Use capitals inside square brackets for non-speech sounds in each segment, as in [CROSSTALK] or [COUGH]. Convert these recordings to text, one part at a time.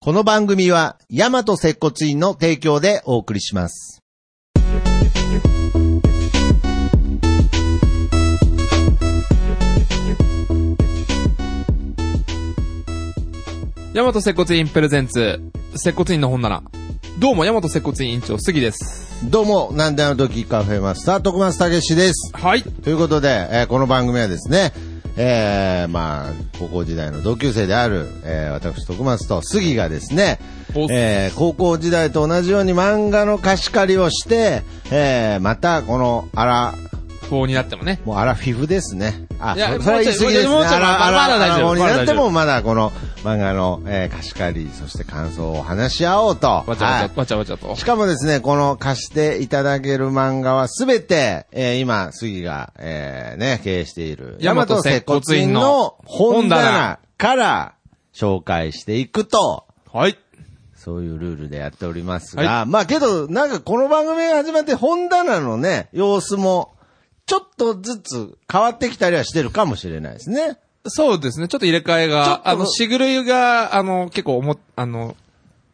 この番組は、ヤマト接骨院の提供でお送りします。大和接骨院プレゼンツ、接骨院の本棚。どうも、大和接骨院院長、杉です。どうも、なんであの時カフェマスター、徳松武史です。はい。ということで、えーこの番組はですね、えー、まあ、高校時代の同級生である、えー、私、徳松と杉がですねお、えー、高校時代と同じように漫画の貸し借りをして、えー、また、この、あら、棒になってもね。もうアラフィフですね。あ、いやそそれは言い過ぎですね。もうちょいアラアラもうちょいまだまだ大丈夫アラになってもままだこの漫画の、えー貸し借り、そして感想を話し合おうと。わちゃわちゃ、はわちゃわちゃといし。かもですね、この貸していただける漫画はすべて、えー今、杉が、えーね、経営している、大和接骨院の本本棚棚から紹介していくと、はい。そういうルールでやっておりますが、はまあけど、なんかこの番組が始まって本棚のね、様子も、ちょっとずつ変わってきたりはしてるかもしれないですね。そうですね、ちょっと入れ替えちょっとが、あの、しぐるいが、あの、結構おも、あの、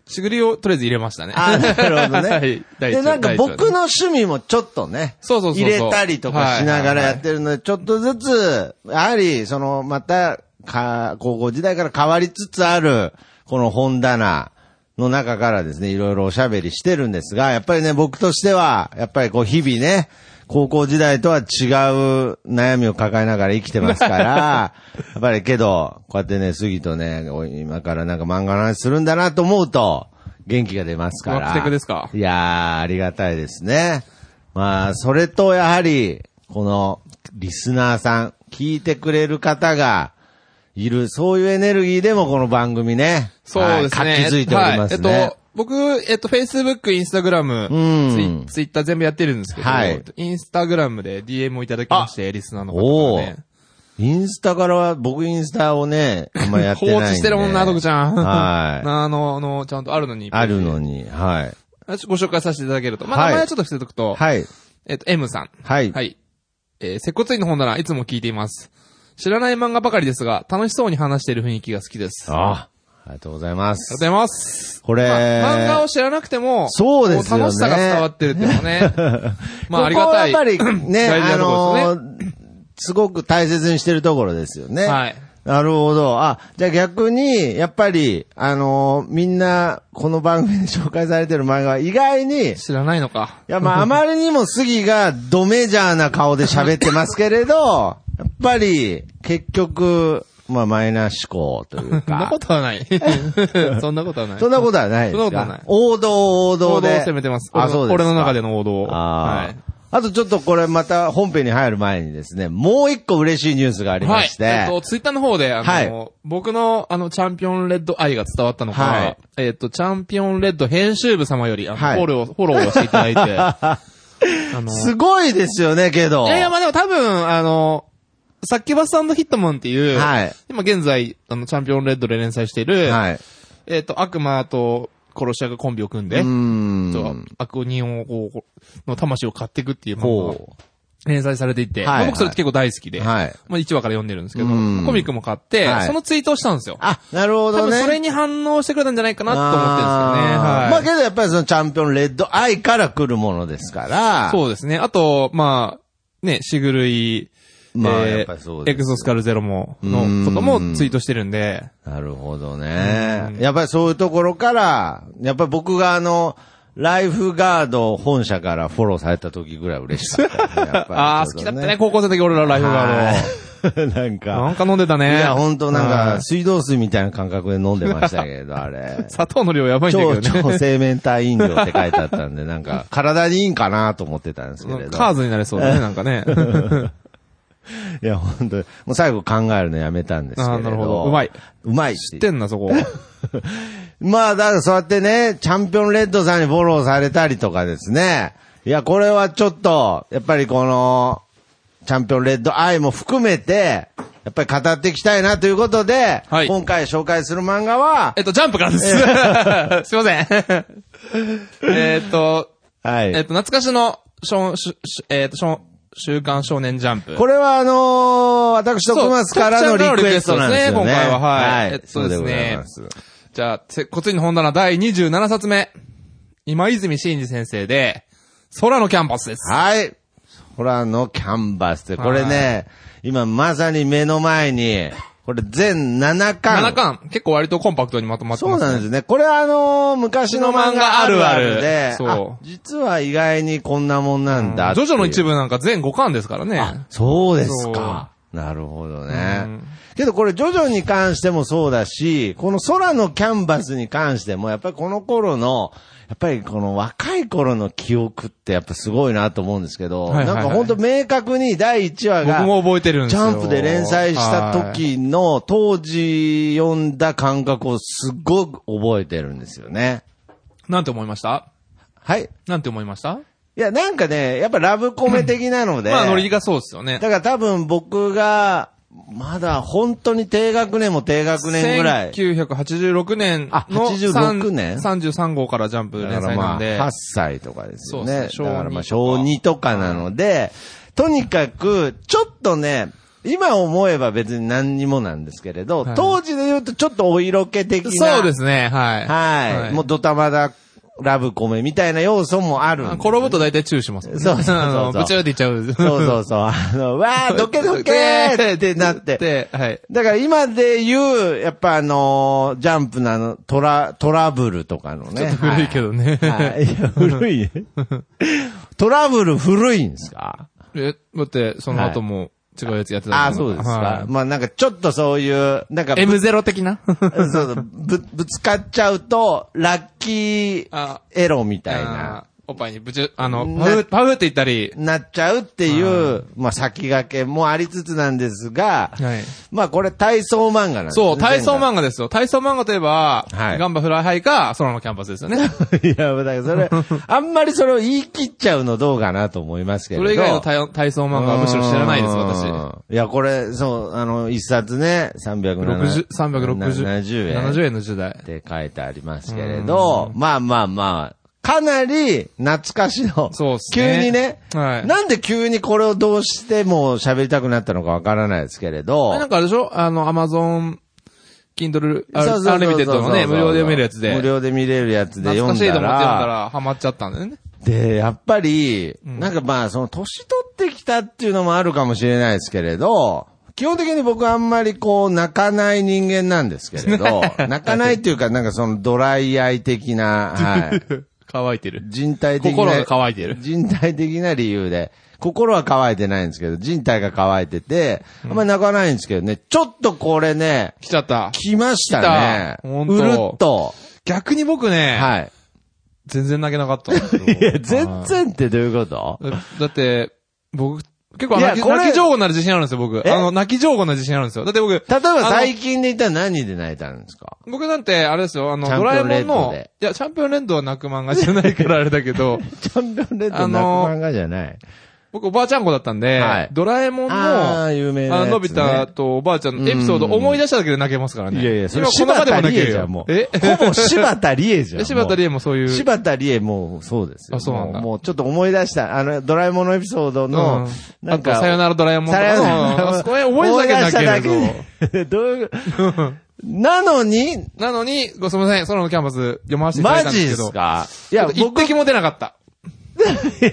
しぐりをとりあえず入れましたね。あ [LAUGHS] なるほどね。 [LAUGHS] はい。第で、一話なんか第一話ね僕の趣味もちょっとね、そうそうそうそう入れたりとかしながらやってるので、ちょっとずつ、やはり、その、また、か、高校時代から変わりつつある、この本棚の中からですね、いろいろおしゃべりしてるんですが、やっぱりね、僕としては、やっぱりこう、日々ね、高校時代とは違う悩みを抱えながら生きてます [LAUGHS] から、やっぱりけど、こうやってね、杉とね、お今からなんか漫画の話するんだなと思うと、元気が出ますから。ワクテクですかいやー、ありがたいですね。まあ、それとやはり、この、リスナーさん、聞いてくれる方が、いる、そういうエネルギーでもこの番組ね。そうですね。はい活気づいておりますね。はいえっと、僕、えっと、Facebook、ん Instagram、ツイ Twitter 全部やってるんですけど、はいインスタグラムで DM をいただきまして、リスナーの方おがおね。インスタからは、僕インスタをね、あんまやってないん放で。置してるもんな、徳ちゃん。はい [LAUGHS] なあの、あの、ちゃんとある [LAUGHS] のに。あるのに、はい。あ。ご紹介させていただけると。まはあ、い名前はちょっと伏せとくと、はい。えっと、M さん。はい。はい。えー、接骨院の本ならいつも聞いています。知らない漫画ばかりですが、楽しそうに話している雰囲気が好きです。ありがあありがとうございますとうご。ざいます。これ、まあ漫画を知らなくても、そうですよねこ楽しさが伝わってるっていうのは [LAUGHS] ね。まあ、ありがたい。ここはやっぱりね、 [CLEARS THROAT] 大事あなところのーすごく大切にしてるところですよね。はい。なるほど。あ、じゃあ逆に、やっぱり、あのーみんな、この番組で紹介されてる漫画は意外に、い知らないのか。や、 [LAUGHS] まあ、あまりにも杉がドメジャーな顔で喋ってますけれど、やっぱり、結局、まあ、マイナー思考と [LAUGHS] いうそんなかこ。と [LAUGHS] はない。そんなことはない。そんなことはないですかそんなことはない王道、王道王道で。を攻めてます。あ、そうですか俺の中での王道を。ああ、はい。あとちょっとこれまた本編に入る前にですね、もう一個嬉しいニュースがありまして、はい。えっと、ツイッターの方で、あの、はい僕の、あの、チャンピオンレッド愛が伝わったのか、はいえっと、チャンピオンレッド編集部様より、あの、はいフォロー、フォローをしていただい [LAUGHS] て、あの、すごいですよね、けど。いやいや、まあでも多分、あの、サッキバスヒットマンっていう、はい今現在、あの、チャンピオンレッドで連載している、はい。えっと、悪魔と殺し屋がコンビを組んうで、ーとん。悪人をこう、こうの魂を買っていくっていう漫画がほ連載されていて、はいまあはい僕それ結構大好きで、う。はい。まあ1話から読んでるんですけど、コうんミックも買って、はいそのツイートをしたんですよ。あ、なるほ多ど分ね。それに反応してくれたんじゃないかなと思ってるんですよね。あはーい。まあけどやっぱりそのチャンピオンレッドアイから来るものですから。そうですね。あと、まあ、ね、しぐるい、まあえーやっぱりそうですエクソスカルゼロも、のこともツイートしてるんで、なるほどね。やっぱりそういうところから、やっぱり僕があの、ライフガード本社からフォローされた時ぐらい嬉しかっ [LAUGHS] たね、やっぱりちょっとねああ、好きだったね、高校生の時俺らライフはガーい [LAUGHS] なんド。なか、んか飲んでたいね。や、ほんとなんはか、い。水道水みたいな感覚で飲んでましたけど、あれ [LAUGHS] 砂糖の量やばいんだ超けど超ね。生命体飲料って書いてあったんで、なん [LAUGHS] か、体にいいんかなと思ってたんですけれど。カーズになれそうだね、なんか [LAUGHS] ね。いや、本当にもう最後考えるのやめたんですけあれあ、ど。なるほど。うまい。。うまい知ってんな、そこ。まあ、だからそうやってね、チャンピオンレッドさんにフォローされたりとかですね。いや、これはちょっと、やっぱりこの、チャンピオンレッド愛も含めて、やっぱり語っていきたいなということで、はい今回紹介する漫画は、えっと、ジャンプからです。 [LAUGHS] すいません。えっと、はえっい。と、懐かしの、しょん、しゅ、しえっと、しょん、週刊少年ジャンプ。これはあのー私、そう徳松からのリクエストなんですよね。徳ちゃんからのリクエストですね今回ははいえっとそうでございます。じゃあ、接骨院の本棚第27冊目。今泉真二先生で、空のキャンパスです。はい。空のキャンバスって、これね、今まさに目の前に、これ全7巻。 7巻、結構割とコンパクトにまとまってそまうす、ね。なんですね。これあのー昔の漫画あるあるで、そうあ実は意外にこんなもんなんだ。ジョジョの一部。部なんか全5巻ですからね。そうですか。なるほどね。うんけどこれジョジョに関してもそうだし、この空のキャンバスに関しても、やっぱりこの頃の、やっぱりこの若い頃の記憶ってやっぱすごいなと思うんですけど、はいはいはいなんか本当明確に第1話が、僕も覚えてるんでジすよ。ャンプで連載したはい。時の当時読んだ感覚をすごく覚えてるんですよね。なんて思いましたはい。なんて思いましたいや、なんかね、やっぱラブコメ的なので、まあ、ノリがそうですよだね。から多分僕が、まだ本当に低学年も低学年ぐらい。 1986年あの86年三33号からジャンプだか連ら載まなあ、んで。 8歳とかですよね。そうですねだからまあ、小小二2とかなので、とにかく、ちょっとね、今思えば別に何にもなんですけれど、はい当時で言うとちょっとお色気的な。そうですね、はい。はい。もうドタマだ、ラブコメみたいな要素もあるんであ転ぶと大体チューしますもんね。そうそうそうそうあのぶちゃっていっちゃう。そうそうそう。あ [LAUGHS] の、わー、どけどけーってなって。で、はい。だから今で言う、やっぱあのージャンプのあの、トラ、トラブルとかのね。ちょっと古いけどね。はいはい [LAUGHS] いや古いね。トラブル古いんですかえ、だって、その後も違うやつやってたああ、そうですか。はまあなんかちょっとそういう、なんかい、M0 的 [LAUGHS] なそうそうぶ、ぶつかっちゃうと、ラッキーあエロみたいなあ。ーおっぱいにぶちゅ、あの、なパフ、パフって言ったり。なっちゃうっていう、まあ先駆けもありつつなんですが、はいまあこれ体操漫画なんですねそう、体操漫画ですよ。体操漫画といえば、はいガンバフライハイか、空のキャンパスですよね。画。 [LAUGHS] いや、だから [LAUGHS] それ、あんまりそれを言い切っちゃうのどうかなと思いますけれそど。れ以外の体体操漫画はむしろ知らないです、私。私。いや、これ、そう、あの、一冊ね、360 60、360、 70円。 70円の時代っ。て書いてありますけれど、まあまあまあ、かなり懐かしの、そうっすね急にね、はいなんで急にこれをどうしても喋りたくなったのかわからないですけれどあれ、なんかあれでしょあの、アマゾン、キンドル、そうそうそうそうアンリミテッドのね、無料で読めるやつで。無料で見れるやつで懐読かんしいと思だって読んだら、ら、ハマっちゃったんだよね。で、やっぱり、なんかまあ、その年取ってきたっていうのもあるかもしれないですけれど、基本的に僕あんまりこう、泣かない人間なんですけれ [LAUGHS] ど、泣かないっていうか、なんかそのドライアイ的な、はい。 [LAUGHS] 乾いてる。人体的な。心が乾いてる人体的な理由で。心は乾いてないんですけど、人体が乾いてて、あんまり泣かないんですけどね、ちょっとこれね、来ちゃった。来ましたね来。たほんとうるっと。逆に僕ね、 [LAUGHS] はい。全然投げなかったんですけど [LAUGHS] いや、全然ってどういうことだだって、僕、結構いや泣き、これ泣き上手になる自信あるんですよ、僕。えあの、泣き上手になる自信あるんですよ。だって僕、例えばあの最近で言ったら何で泣いたんですか僕なんて、あれですよ、あの、チャンピドラえオンレもッんドので、いや、チャンピオンレンドは泣く漫画じゃないからあれだけど、チャンピオンレッドあ泣くの漫画じゃ [LAUGHS] ない。僕おばあちゃん子だったんで、はいドラえもんの、あー有名なやつあねの、のび太とおばあちゃんのエピソードうんうんうん思い出しただけで泣けますからね。いやいや、それ今この柴場で田も泣理け恵るじゃよ。ん、もう。え [LAUGHS] ほぼ柴田理恵じゃん。柴田理恵もそういう。柴田理恵もうそうですよ。あそうなんだももうちょっと思い出した。あの、ドラえもんのエピソードの、うんなんあか、とさよならドラえもんとかのさよならあそこへ思い出しただけ泣けでどういう、 [LAUGHS] なのに、なのに、ごすみません、空のキャンパス読ませていただいマたんジでですけど。すかいいや、や、一僕、い滴も出なかった。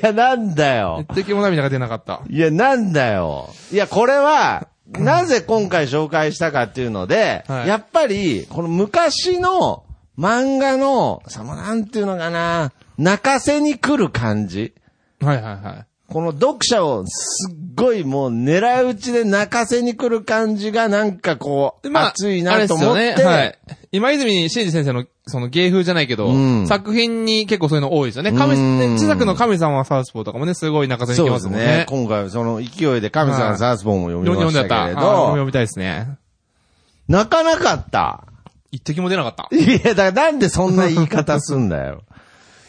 や、なんだよ。一滴も涙が出なかった。いや、なんだよ。いや、これは、なぜ今回紹介したかっていうので、はいやっぱり、この昔の漫画の、そのなんていうのかな、泣かせに来る感じ。はいはいはい。この読者をすっごいもう狙い撃ちで泣かせに来る感じがなんかこう、熱いなと思っあれて、ですよね。はい。今泉真二先生の、その芸風じゃないけど、うん作品に結構そういうの多いですよね。神、うんね、知作の神様はサウスポーとかもね、すごい泣かせにそ来うまですすもんねね。。今回その勢いで神さはいんサースポンを読みま読んしでた。たあけれー読ど、みたいですね。泣かなかった。一滴も出なかった。 [LAUGHS] いや、だからなんでそんな言い方すんだよ。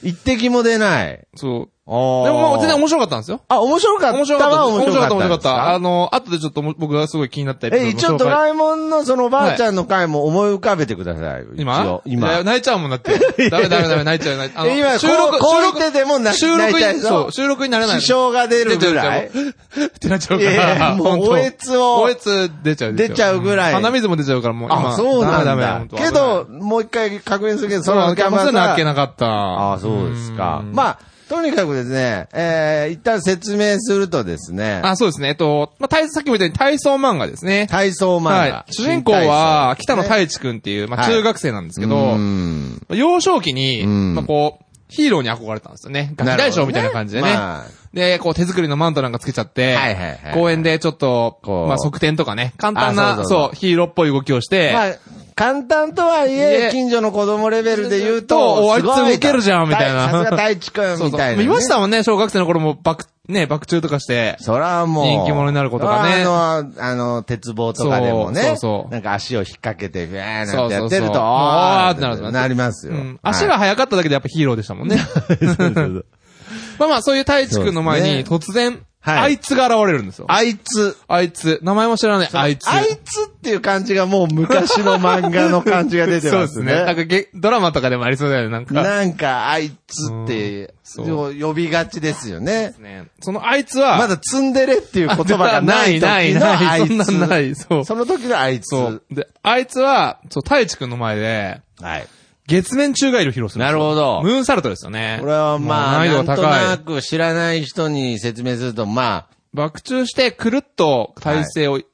一滴も出ない。そう。あーでもまあ全然面白かったんですよ。あ、面白か面っ白たかった。は面面白白かかっ、ったたん面白かでっすた。あか。の、後でちょっとも僕がすごい気になったエピソードえ、を一応ご紹ド介ラえもんのそのばあちゃんの回も思い浮かべてください。一今応いや今。泣いちゃうもんだって。 [LAUGHS] ダメダメダメ、泣いちゃう、泣いちゃう。あのえ今、収収録、録、収こう録見てても泣き収泣い録たに、でしそう、ょ収録になれない。支障が出るぐらい出ちゃう出ちゃう [LAUGHS] ってなっちゃ [LAUGHS] ういかやいら。やもう [LAUGHS] 本当おえつをおえつ出ちゃう。出ちゃうぐらいん鼻水も出ちゃうから、もう今。あ、そうなダんメダメだ本。当けど、もう一回確認するけど、その危間ないそう、キャンパまスにはたっけなかった。あそうですか。うんまあ、とにかくですね、えー、一旦説明するとですね、あ、そうですね。えっと、まあ、体さっきも言ったように体操漫画ですね。体操漫画。はい。主人公は、北野一太一くんっていう、まあ、はい中学生なんですけけどど、、幼少期に、うんまあ、こう、ヒーローに憧れたんですよね。ガキ大将みたいな感じでね。まあで、こう手作りのマントなんかつけちゃって、はいはいはい公園でちょっと、こうまあ側転とかね、簡単あそな、そそうううそうヒーローっぽい動きをして、まあ、簡単とはいいええ、近所の子供レベルで言うとと、おあいつすごウケるじゃんみたいなさすが太一くん、そうみそたう。いなね、まあいましたもんね、小学生の頃も爆、ね、爆中とかして、そらもう。人気者になる子とかねそらあの、あの、鉄棒とかでもね。そうそうそうなんか足を引っ掛けて、ビャーそなんうてそやうってそう。ると、あーってなるんですよねなりますよ。うん足が速かっただけでやっぱヒーローでしたも [LAUGHS] んね。はい。まあまあ、そういう太一くんの前にそ突然、はいあいつが現れるんですよ。あいつ。 [LAUGHS] あいつ。名前も知らない。あいつ。あいつっていう感じがもう昔の漫画の感じが出てそまうですす [LAUGHS] ね。ね。なんかゲ、ドラマとかでもありそうだよね、なんか。なんか、あいつって、うん呼びがちですよね。ねそのあいつは、まだツンデレっていう言葉がない時のあ [LAUGHS] ないい、つ。ない、ない、そんなんない、そう。その時のあいつ。そう。で、あいつは、そう、太一くんの前で、はい。月面宙返りを披露するんでなすよ。るほどムーンサルトですよね。これはまもあ、なうん難易と度がな高い。く知らない人に説明すると、まあ、爆中して、くるっと体勢を、一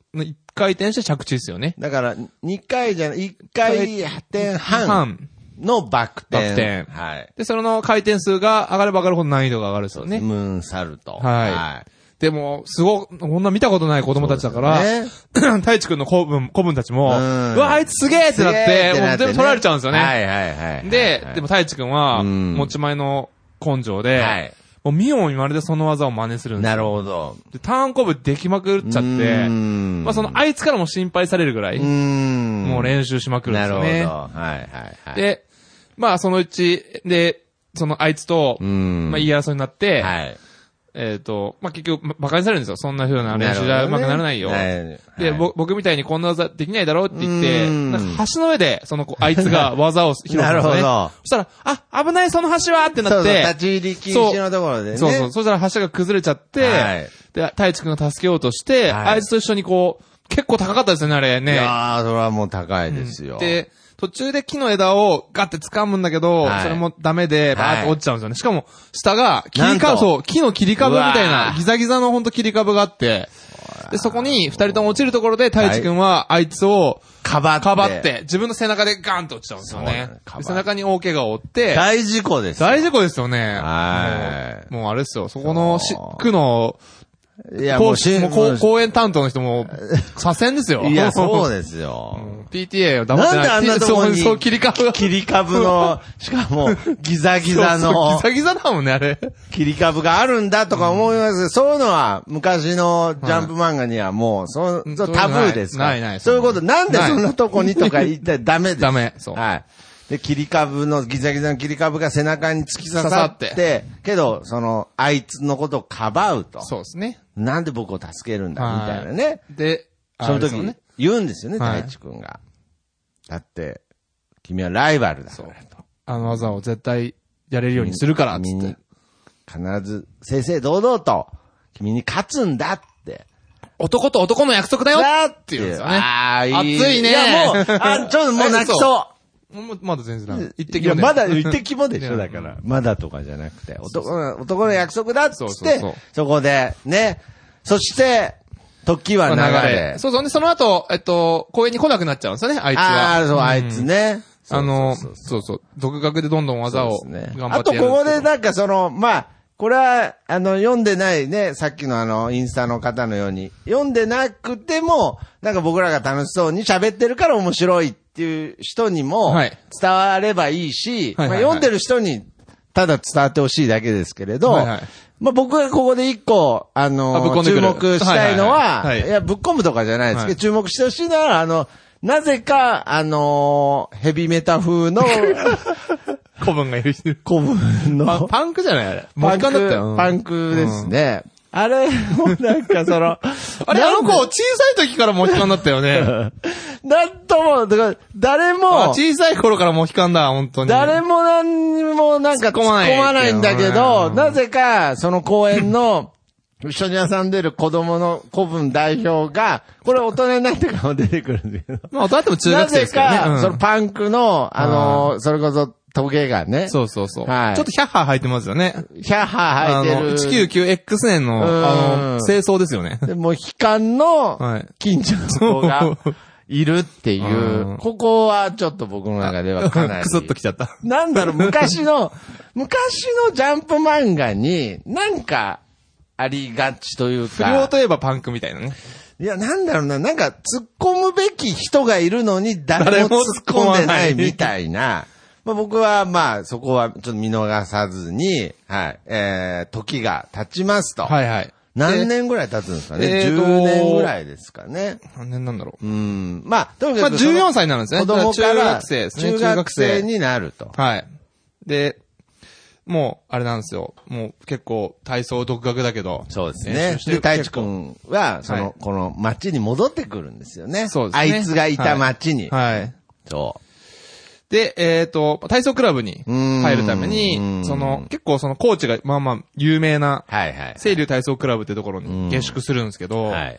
回転して着地ですよね。だから、2回じゃない、1回転半半。のバク転。バク転はい。で、その回転数が上がれば上がるほど難易度が上がるんですよね。ムーンサルト。はいでも、すご、こんな見たことない子供たちだから、ね。 [LAUGHS] 太一くんの子分、子分たちも、ううんわ、あいつすげえってなすっげえて、もう全部取られちゃうんですよね。はいはいはいはい。で、でも太一くんは、うん持ち前の根性で、はいもう見よう見まねでその技を真似するんですなるほど。で、ターンコブできまくっちゃうってー、んまあその、あいつからも心配されるぐらい、うーん。もう練習しまくるんでなするほど。よはね。いはいはい。、で、まあそのうち、で、そのあいつと、うん。まあ言い争いになって、はい。えっ、と、まあ結局、馬鹿にされるんですよ。そんな風な練習じゃなるうほどまねくならないよ。はいで、はいぼ僕みたいにこんな技できないだろうって言って、うんなんか橋の上で、その子、あいつ [LAUGHS] が技を披露するんですよ、ね。なるほどそしたら、あ、危ない、その橋はってなそっうそう、て、立ち入り禁止のところでね。そうそう。そしたら橋が崩れちゃって、はいで、太一くんが助けようとして、はいあいつと一緒にこう、結構高かったですよね、あれいね。やー、それはもう高いですよ。で、途中で木の枝をガッて掴むんだけど、はいそれもダメで、バーって落ちちゃうんですよね。しかも、下が、切りなん株、とそう、木の切り株みたいうわな、ーギザギザのほんと切り株があって、で、そこに二人とも落ちるところで、太一くんは、あいつを、かばって。かばって、自分の背中でガンと落ちちゃうんですよそうなねんです。かばでって背中に大怪我を負って、大事故ですよ。大事故ですよね。はいもうもうあれですよ、そこのしそう、区の、いや、も講うし、師もうこう公演担当の人も、左遷ですよ。いや、そうでですよ。 PTA を黙ってなんであんなとこに [LAUGHS] そうそう、切り替わ切り株 [LAUGHS] の、しかも、ギザギザのギ、ザギザだもんね、[LAUGHS] あれ。切り株があるんだとか思いますけど、そういうのは、昔のジャンプ漫画にはもう、そううんそうタブーですから。ないないないそういうこと、なんでないそんなとこにとか言ってダメです。ダメそう [LAUGHS] はい。で、切り株の、ギザギザの切り株が背中に突き刺さって、刺さっけど、その、あいつのことをかばうと。そうですね。なんで僕を助けるんだ、みはいたいなね。で、そのあれで時すよにね。言うんですよね、はい大地君が。だって、君はライバルだからと。あの技を絶対やれるようにするから、つ君っにて。必ず、正々堂々と、君に勝つんだって。男と男の約束だよだって言うんですよね。ああ、いい。熱いねいや、もう、 [LAUGHS] あ、ちょっともう泣きそもうまだ全然だう。一滴いやもね。まだ、一滴もでしうょ、んだから。まだとかじゃなくて、男の、男の約束だっつそうっそうてそう、そこで、ね。そして、時はま流あ流れれ。。そうそう。で、その後、えっと、公園に来なくなっちゃうんですよね、あいつは。ああ、そう、あいつね。あの、そうそうそうそうそう。独学でどんどん技をそうですね頑張あってと、やるこんこですでけど。なんかその、まあ、これは、あの、読んでないね、さっきのあの、インスタの方のように、読んでなくても、なんか僕らが楽しそうに喋ってるから面白いっていう人にもはい、伝わればいいし、はいはいはいまあ、読んでる人に、ただ伝わってほしいだけですけれど、はいはいまあ僕がここで一個、あのあぶっこんでく注る目したいのは、はいはいいはいはいや、ぶっ込むとかじゃないですけど、はい注目してほしいの [LAUGHS] は、あの、なぜか、あのヘビメタ風の、古文がいるし。古文パのン、パンクじゃないあれ。もうパン一ク回だったよ。うんパンクですね。あれもなんかその、 [LAUGHS] あれ、あの子、なん小さい時からモヒカンだった [LAUGHS] よね。でなんとも、だから誰あも、小さい頃からモヒカンだ、本当に。誰も何にもなんか突突っっ込込ままなないいんだけうど、んなぜか、その公園の、 [LAUGHS] 一緒に遊んでる子供の子分代表が、これ大人になってからも出てくるんだけど。まあ、どうやっても中な学生ぜですけどね。うか、んそのパンクの、あの、それこそ、トゲがね、そうそうそう。ちょはっいとヒャッハー履いてますよね。ヒャッハーあ履のいてる。 199X 年の、うんあの、清掃ですよね。でもう、悲観のはい、近所の子が、いるっていうんう、ここはちょっと僕の中ではか [LAUGHS] なり。くすっときち [LAUGHS] ゃった。なんだろう、昔の、 [LAUGHS] 昔のジャンプ漫画に、なんか、ありがちという不良か。といえばパンクみたいなね。いや、なんだろうな、なんか、突っ込むべき人がいるのに、誰誰もも突突っっ込込まんないでないみたいな。まあ、僕は、まあ、そこは、ちょっと見逃さずに、はい、えー、時が経ちますと。はいはい。何年ぐらい経つんですかね、えーと ?10 年ぐらいですかね。何年なんだろうう。ん。まあ、とにまかあ、くその。 14歳になるんですね。子供から中学生ですね。中学生になると。はい。で、もう、あれなんですよ。もう、結構、体操独学だけど。そうです練ね習し。てで、る太一結構君は、その、はいこの町に戻ってくるんですよね。そうですねあいつがいた町に。はい。そで、えっ、と、体操クラブに入るためうに、んその、結構そのコーチが、まあまあ、有名な、う。はいはい。清流体操クラブってところうんに下宿するんですけど、はい。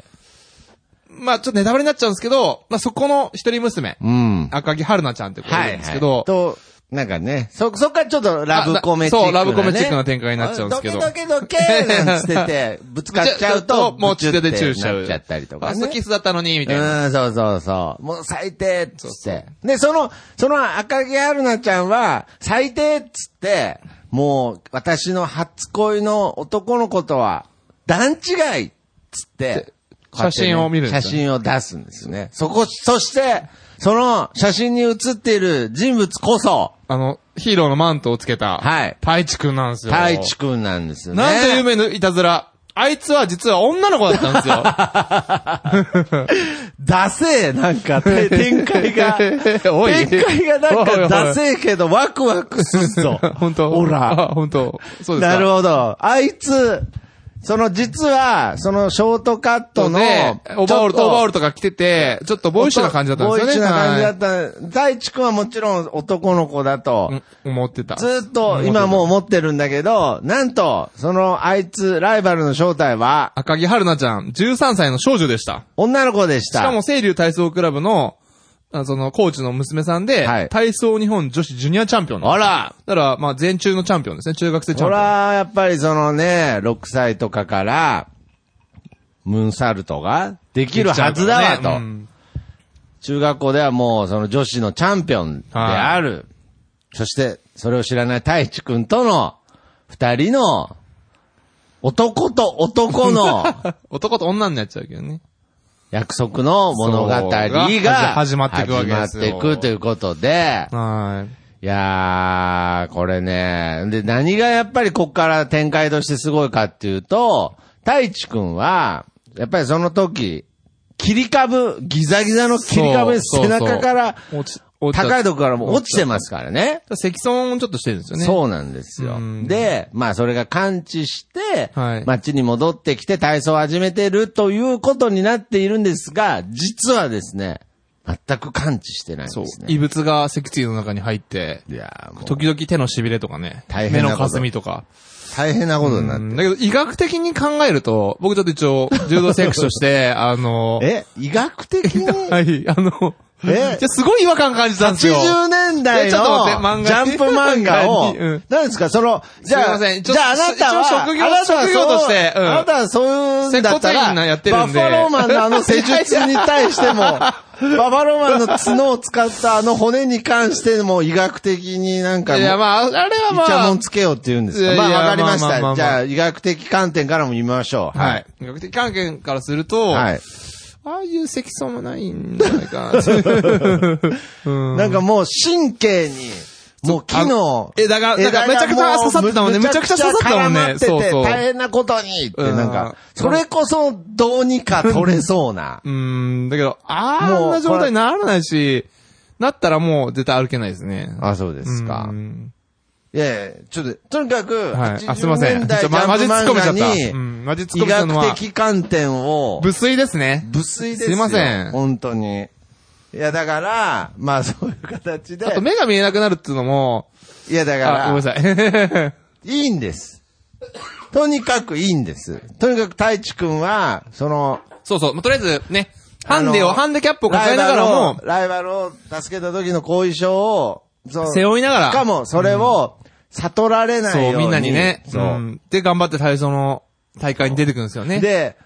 まあちょっとネタバレになっちゃうんですけど、まあそこの一人娘、うん。赤木春菜ちゃんって子がいはるんい。ですけど、と、なんかね、そ、そっからちょっとラブコメチックな、ね。あそうラブコメチックな展開になっちゃうんですけどあドキドキドキーなんつって [LAUGHS] て、ぶつかっちゃうと、もう血が出ちゃう。なっちゃったりとか、あ、ね。そうキスだったのに、みたいな。うん、そうそうそう。もう最低っつそっうそうて。で、その、その赤木春菜ちゃんは、最低っつって、もう私の初恋の男の子とは、段違いっつって、こうやってね写真を見るんですよ写真を出すんですね。そこ、そして、その写真に写っている人物こそ、あの、ヒーローのマントをつけた、はい太一くんなんですよ。太一くんなんですよね。なんという名のいたずら。あいつは実は女の子だったんですよ。ダセえ、なんか、て展開が。 [LAUGHS] おい展開がなんおいおい。か、ダセえけど、ワクワクするぞ [LAUGHS] 本当ほら。あ本当そうですかなるほど。あいつ、その実は、そのショートカットの、ねオーバーオールちょっとオーバーオールとか着てて、ちょっとボーイッシュな感じだったんですよボね。ーイッシュな感じだはった。大地君はもちろん男の子だと、いうん思ってた。ずっと今もう思ってるんだけど、なんと、そのあいつ、ライバルの正体は、赤木春菜ちゃん、13歳の少女でした。女の子でし。したかも、清流体操クラブの、あその、コーチの娘さんで、はい体操日本女子ジュニアチャンピオンなんあですら、だから、まあ、全中のチャンピオンですね。中学生チャそンピオン。ら、やっぱりそのね、6歳とかから、ムーンサルトができるはずだわと。うん [LAUGHS] 中学校ではもうその女子のチャンピオンである。そして、それを知らない太一くんとの二人の男と男の [LAUGHS] 男と女になっちゃうけどね。約束の物語そうがが始まっていくわけですよ始まっていくということで、はい。いやー、これね、で、何がやっぱりこっから展開としてすごいかっていうと、太一くんは、やっぱりその時、切り株、ギザギザの切り株ですそう背そうそう中から、落ち、落ち高いととこからもう落ちてますからね。積損をちょっとしてるんですよね。そうなんですようん。で、まあそれが感知して、はい街に戻ってきて体操を始めてるということになっているんですが、実はですね、全く感知してないんそうです。ね。異物が脊椎の中に入って、いやーもう時々手の痺れとかね。大目変なことのかすみとか。大変なことになっうてんる。だけど、医学的に考えると、僕ちょっと一応、柔道選手として、 [LAUGHS] あの、え医学的 [LAUGHS] にはい、あの、えいやすごい違和感感じたんですよ。 80年え代ちょっとの待ジって漫画ャンプ漫画を漫画にうん、何ですか、その、じゃあ、すいませんちょじゃああなた一応は、職業あなたは職業としてそううんあなたはそういうんだった接骨院なら、やってるんでバッファローマンのあの施術に対して [LAUGHS] も、バッファローマンの角を使ったあの骨に関しても医学的になんかいもう、や、まあ、あれはまイチャあモン、つけようって言うんですかいやまいやあわかりましまあまあまあまた。あじゃあ医学的観点からも見ましょう。はい。。医学的関係からすると、はい。ああいう積層もないんじゃないかな。 [LAUGHS] なんかもう神経に、もう木の、え、だから、だから枝がめちゃくちゃ刺さってたもんね。もめうちゃくちゃ刺さってた絡もんまっね。ててそうそう。大変なことにって、うん。なんか、それこそどうにか取れそうな [LAUGHS] うーん、だけど、あもんうな状態にならないし、なったらもう絶対歩けないですね。あ、そうですうかー。んいやいやちょっと、とにかく、はい。あ、すいませ80ん。ち年代ょ、ま、マジジ突ャっンプ込めちゃっ漫画た。にうん、マジ突っ医込めたの学は、的観点を、無粋ですね。無粋ですよ。すいません本当に。いや、だから、まあそういう形であ、と目が見えなくなるっていうのも、いや、だあ、ごめんかなさい。 [LAUGHS] ら、いいんです。とにかくいいんです。とにかく太一くんは、その、そうそう。まあとりあえず、ね、ハンデあを、のハンデキャップを抱えながらも、ライバルをライバルを助けた時の後遺症を、そう背負いながらしかも、それを、悟られないようそに。う、みんなにね、そうう。ん。で、頑張って体操の大会に出てくるんですよね。で、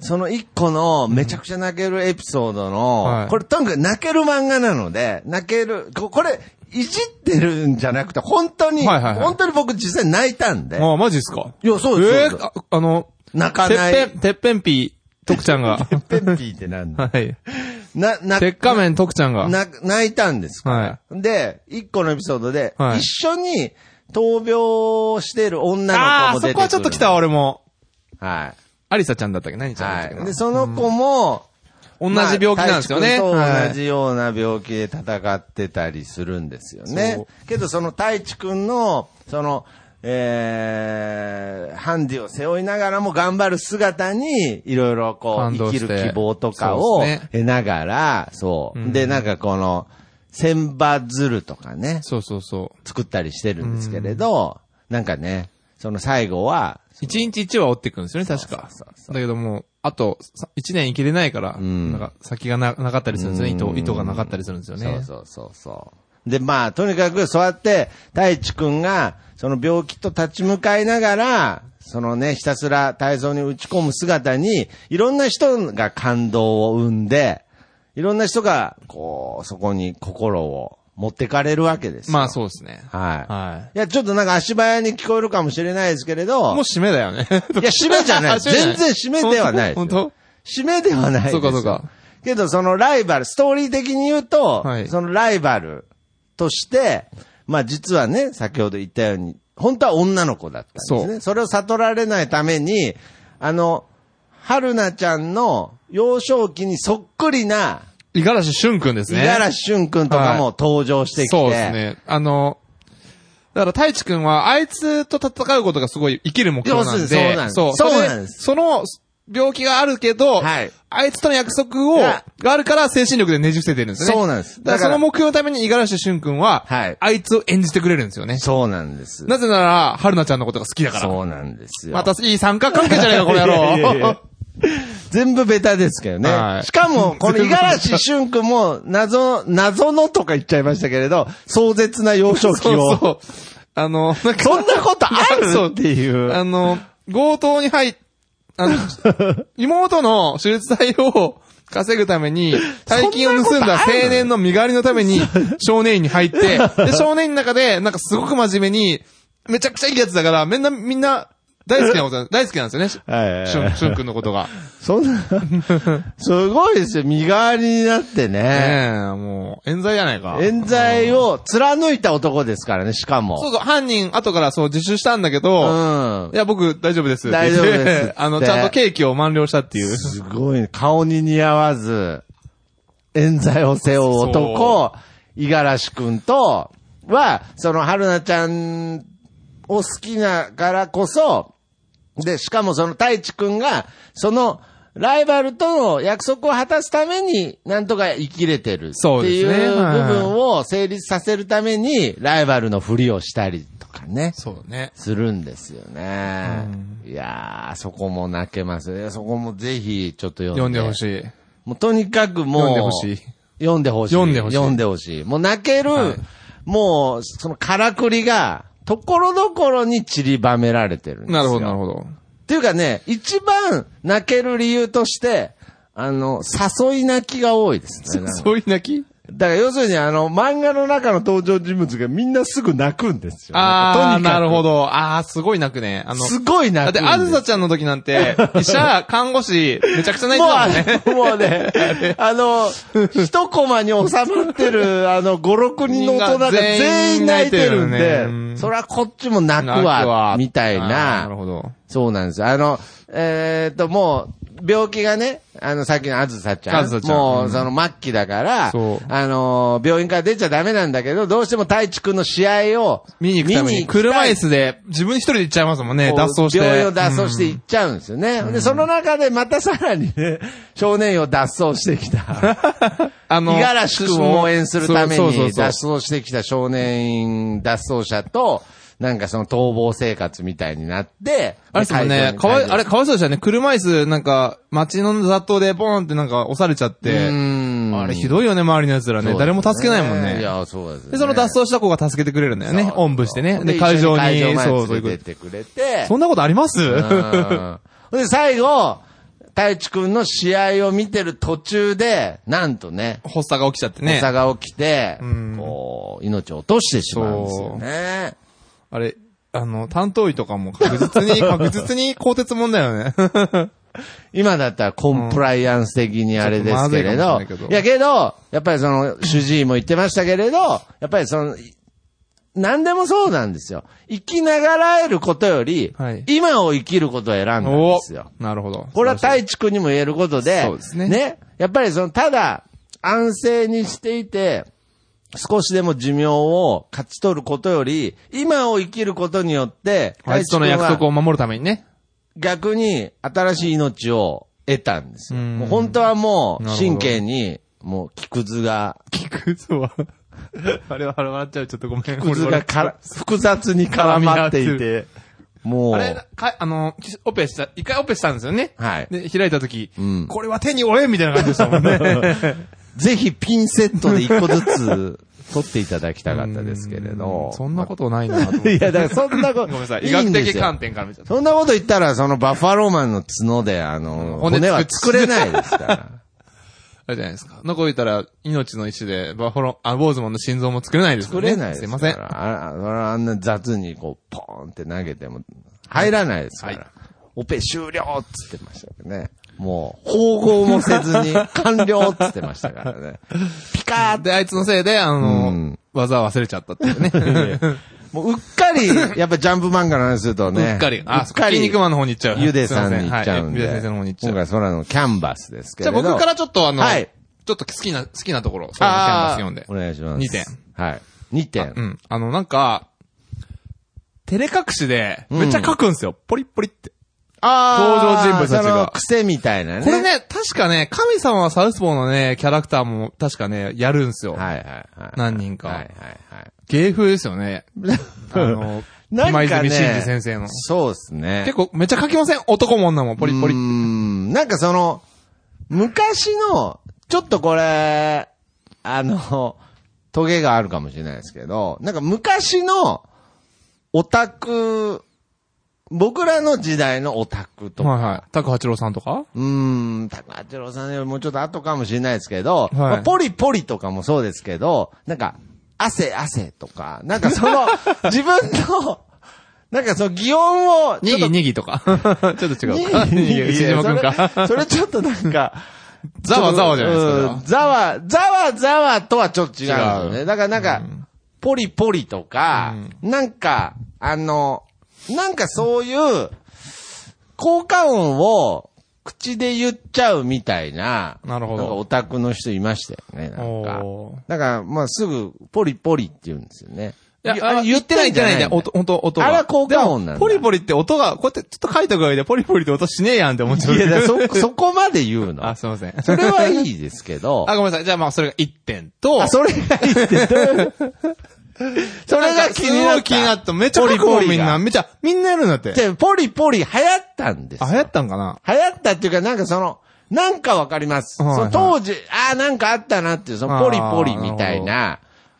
その一個のめちゃくちゃ泣けるエピソードの、はいこれとにかく泣ける漫画なので、泣ける、ここれ、いじってるんじゃなくて、本当に、はいはいはい本当に僕実際泣いたんで。ああ、マジですかいや、そうです。ええそうですああの、泣かてっない。ぺん、てっぺんぴ、徳ちゃんが、ペッピー [LAUGHS] ってなんだ [LAUGHS] はい。な、な、鉄仮面徳ちゃんが、な、泣いたんですはで、一個のエピソードで、はい一緒に闘病してる女の子ああ、も出てくそる。こはちょっと来た、俺も。はアリサちゃんだったっけ何い。ちゃんだったっけはい。なで、その子も、同じ病気なんですよね。まあはい太一君と同じような病気で戦ってたりするんですよそねう。けどその太一くんの、その、えー、ハンディを背負いながらも頑張る姿に、いろいろこう、感動生してきる希望とかをそうですね得ながら、そうう。んで、なんかこの、千羽鶴とかね、そうそうそう。作ったりしてるんですけれど、なんかね、その最後は、一日一話追っていくんですよね、確か。だけどもう、あと、さ一年生きれないから、んなんか先がななかったりするんですよね。うん糸、糸がなかったりするんですよね。そうそうそうそう。で、まあ、とにかくそうやって、大地くんが、その病気と立ち向かいながら、そのね、ひたすら体操に打ち込む姿に、いろんな人が感動を生んで、いろんな人が、こう、そこに心を持ってかれるわけですよ。まあそうですね。はい。はいや、ちょっとなんか足早に聞こえるかもしれないですけれど、い。もう締めだよね。いや、締めじゃ [LAUGHS] ない。全然締めではないですよ本。当締めではないですよそうかそうか。けど、そのライバル、ストーリー的に言うと、はいそのライバルとして、まあ実はね、先ほど言ったように、本当は女の子だったんですね。そそれを悟られないために、あの、春菜ちゃんの幼少期にそっくりな、五十嵐俊くんです五ね。十嵐俊君とかも登場してきて、そうですね。あの、だから、太一くんは、あいつと戦うことがすごい生きる目標なんで。要するにそうなんですそう。そうれなんですその、病気があるけど、はいあいつとの約束を、いがやあるから精神力でねじ伏せてるんですね。そうなんですだから、だかそらの目標のために、五十嵐俊くんは、はいあいつを演じてくれるんですよね。そうなんです。なぜなら、春菜ちゃんのことが好きだから。そうなんですよ。また、いい三角関係じゃないか、これやいやいやいろや全部ベタですけどね。はいしか [LAUGHS] も、この五十嵐俊君も、謎、謎のとか言っちゃいましたけれど、壮絶な幼少期そうを。そう。あの、なんかそんなことあいやそうるっていう。あの、強盗に入っ、[LAUGHS] あの、妹の手術代を稼ぐために、大金を盗んだ青年の身代わりのために、少年院に [LAUGHS] 入って、で、少年院の中で、なんかすごく真面目に、めちゃくちゃいいやつだから、みんな、みんな、大好きなこと、大好きなんですよね。しはいはいはいしゅん、しゅんくんのことが。そんな、 [LAUGHS] すごいですよ。身代わりになってね。ねえ、もう、冤罪じゃないか。冤罪を貫いた男ですからね、しかも。そうそう、犯人、後からそう、自首したんだけうんど、い。や、僕、大丈夫です。大丈夫ですって [LAUGHS] あの、ちゃんと刑期を満了したっていう。すごいね。顔に似合わず、冤罪を背負う男、五十嵐くんと、は、その、春菜ちゃんを好きなからこそ、で、しかもその太一くんが、その、ライバルとの約束を果たすために、なんとか生きれてるってそうでいすうね部はい分を成立させるために、ライバルのふりをしたりとかね。そうね。するんですよね。いやー、そこも泣けます。いやそこもぜひ、ちょっと読読んんで。でほしい。い。もうとにかくもう、読んでほしい。読んでほしい。読んでほしい読んでほしい。もう泣ける、はいもう、そのからくりが、ところどころに散りばめられてるんですよ。なるほど、なるほど。っていうかね、一番泣ける理由として、あの、誘い泣きが多いですね。なんかそういう泣きだから要するにあの、漫画の中の登場人物がみんなすぐ泣くんですよ。あとあ、にかくなるほど。ああ、すごい泣くね。あの、すごいだ泣って、くんですよ。あずさちゃんの時な [LAUGHS] んて、医者、看護師、めちゃくちゃ泣いてたもんね。もうあれ、もう [LAUGHS] ね、あの、一コマに収まってる、あの、五六人の大人が全員泣いてるん全員泣いてるよねうで、んそりゃこっちも泣く泣くわわ、みたいあーななる。ほど。そうなんです。あの、えーっと、もう、病気がね、あの、さっきのあずさちゃん。あずさちゃんもうう、んその末期だから、そうあのー、病院から出ちゃダメなんだけど、どうしても太一くんの試合を見に行くために、行きたい車椅子で、自分一人で行っちゃいますもんね、こう脱走して。病院を脱走して行っちゃうんですよね。で、その中でまたさらにね、少年院を脱走してきた。 [LAUGHS] あ五十嵐君を応援するためそうそうにそ脱う走してきた少年院脱走者と、なんかその逃亡生活みたいになって、あれですも会ん場ねに、かわ会い、場にあれ、かわいそうでしたね。車椅子、なんか、街の雑踏でポーンってなんか押されちゃっうて。ーんあれ、ひどいよね、周りの奴らね。誰も助けないもんいね。や、そうですね。で、その脱走した子が助けてくれるんだよね。おんぶしてね。で、会場に、そう、そういうこ出と。てくれて。そんなことありますうんで、最後、太一くんの試合を見てる途中で、なんとね、発作が起きちゃってねね。差が起きて、んこう、命を落としてしまうんですよね。あれ、あの、担当医とかも確実 [LAUGHS] に、確実に鋼鉄もんだよね。今だったらコンプライアンス的にあれですけれちょど、っとまずいかもしれないけどやけど、やっぱりその、主治医も言ってましたけれど、やっぱりその、何でもそうなんですよ。生きながらえることより、はい今を生きることを選んだん [LAUGHS] おですよ。なるほど。これは太一君にも言えることで、そうですねやっぱりその、ただ、安静にしていて、少しでも寿命を勝ち取ることより、今を生きることによって、あいつとの約束をを守るためにね。逆に新しい命を得たんですよ。うんもう本当はもう、なるほど神経に、もう、木くずが、聞くぞは。 [LAUGHS] あれは笑っちゃう。ちょっとごめん。木くずがから複雑に絡まっていて、も [LAUGHS] あう、れ、か、あの、オペした、一回オペしたんですよね。はい。で、開いたとき、うんこれは手に負えみたいな感じでしたも [LAUGHS] んね。ぜひピンセットで一個ずつ取っていただきたかったですけれうどん。そんなことないなと思って [LAUGHS] いや、だからそんなこ [LAUGHS] ごと。めんなさい。医い学んで的すよ観点から見ちゃった。そんなこと言ったら、そのバッファローマンの角で、あの、骨骨は作作っれないですから。あれじゃないですか。残りたら、命の石で、バッファロー、あ、ボーズマンの心臓 [LAUGHS] も作れないです作よね。れないですすいから。ません。ああのあんな雑に、こう、ポーンって投げても、入らないですから。はいオペ終了っつってましたけどね。もう、縫合もせず [LAUGHS] に、完了っつってましたからね。ピカーって。で、あいつのせいで、あの、うん技を忘れちゃったっていうね。もう、うっかり、やっぱジャンプ漫画の話するとね。 [LAUGHS] うっかり。あ、うっかり筋肉マンの方に行っちゃう。ゆでさんに行っちゃうすいませんはいんゆでで。先生の方に行っちゃ今う。回空のキャンバスですけじゃれあど。僕からちょっとあの、はいちょっと好きな、好きなところ、そのキャンバああス読んでお。願いします。二点。はい。2点。うん。あの、なんか、照れ隠しで、めっちゃ書くんですよ。ポリッポリって。あ登場人物たちがその癖みたいなね。これ。ね、確かね、神様はサウスポーのね、キャラクターも確かね、やるんですよ。はいはいはい。何人かはいはいはい。芸風ですよね。 [LAUGHS] あの、なんか今ね泉真治先生の。そうですね。結構めっちゃ書きません男も女もポリッポうーリ。ん。なんかその、昔の、ちょっとこれ、あの、トゲがあるかもしれないですけど、なんか昔の、オタク、僕らの時代のオタクとか、はいはい。拓八郎さんとかうーん、高八郎さんよりもうちょっと後かもしれないですけど、いまあポリポリとかもそうですけど、なんか、汗汗とか、なんかそ [LAUGHS] の、自分の、なんかその擬音を、にちょぎっと、にぎとか。 [LAUGHS] ちょっと違 [LAUGHS] うか。にぎ、牛島くんそれか。それちょっとなんか、ざわざわじゃないですうんか。ざわ、ざわざわとはちょっと違うんですよ違ね。だからなんか、ポリポリとか、なんか、あの、なんかそういう、効果音を口で言っちゃうみたいな、なるほどんかオタクの人いましたよね、なんかおー。だから、まあすぐ、ポリポリって言うんですよね。いや、あ言ってない言ってないんだよ。音、音、音が。あれは効果音なんだでもポリポリって音が、こうやってちょっと書いた声でポリポリって音しねえやんって思っちゃう。いや、だからそ、そこまで言うの [LAUGHS] あ、。すいません。それはいいですけど。あ、ごめんなさい。じゃあまあ、それが1点と、あ、それがいいってどういう。それが気にすなごっい気になた。った。めっちゃ書くポリポもリんがみんな。めっちゃ、みんなやるんだっ [LAUGHS] て。で、ポリポリ流行ったんです。あ、流流行ったんかな行ったっていうか、なんかその、なんかわかります。そはいはのい当時、ああ、なんかあったなっていう、そのポリポリみたいな、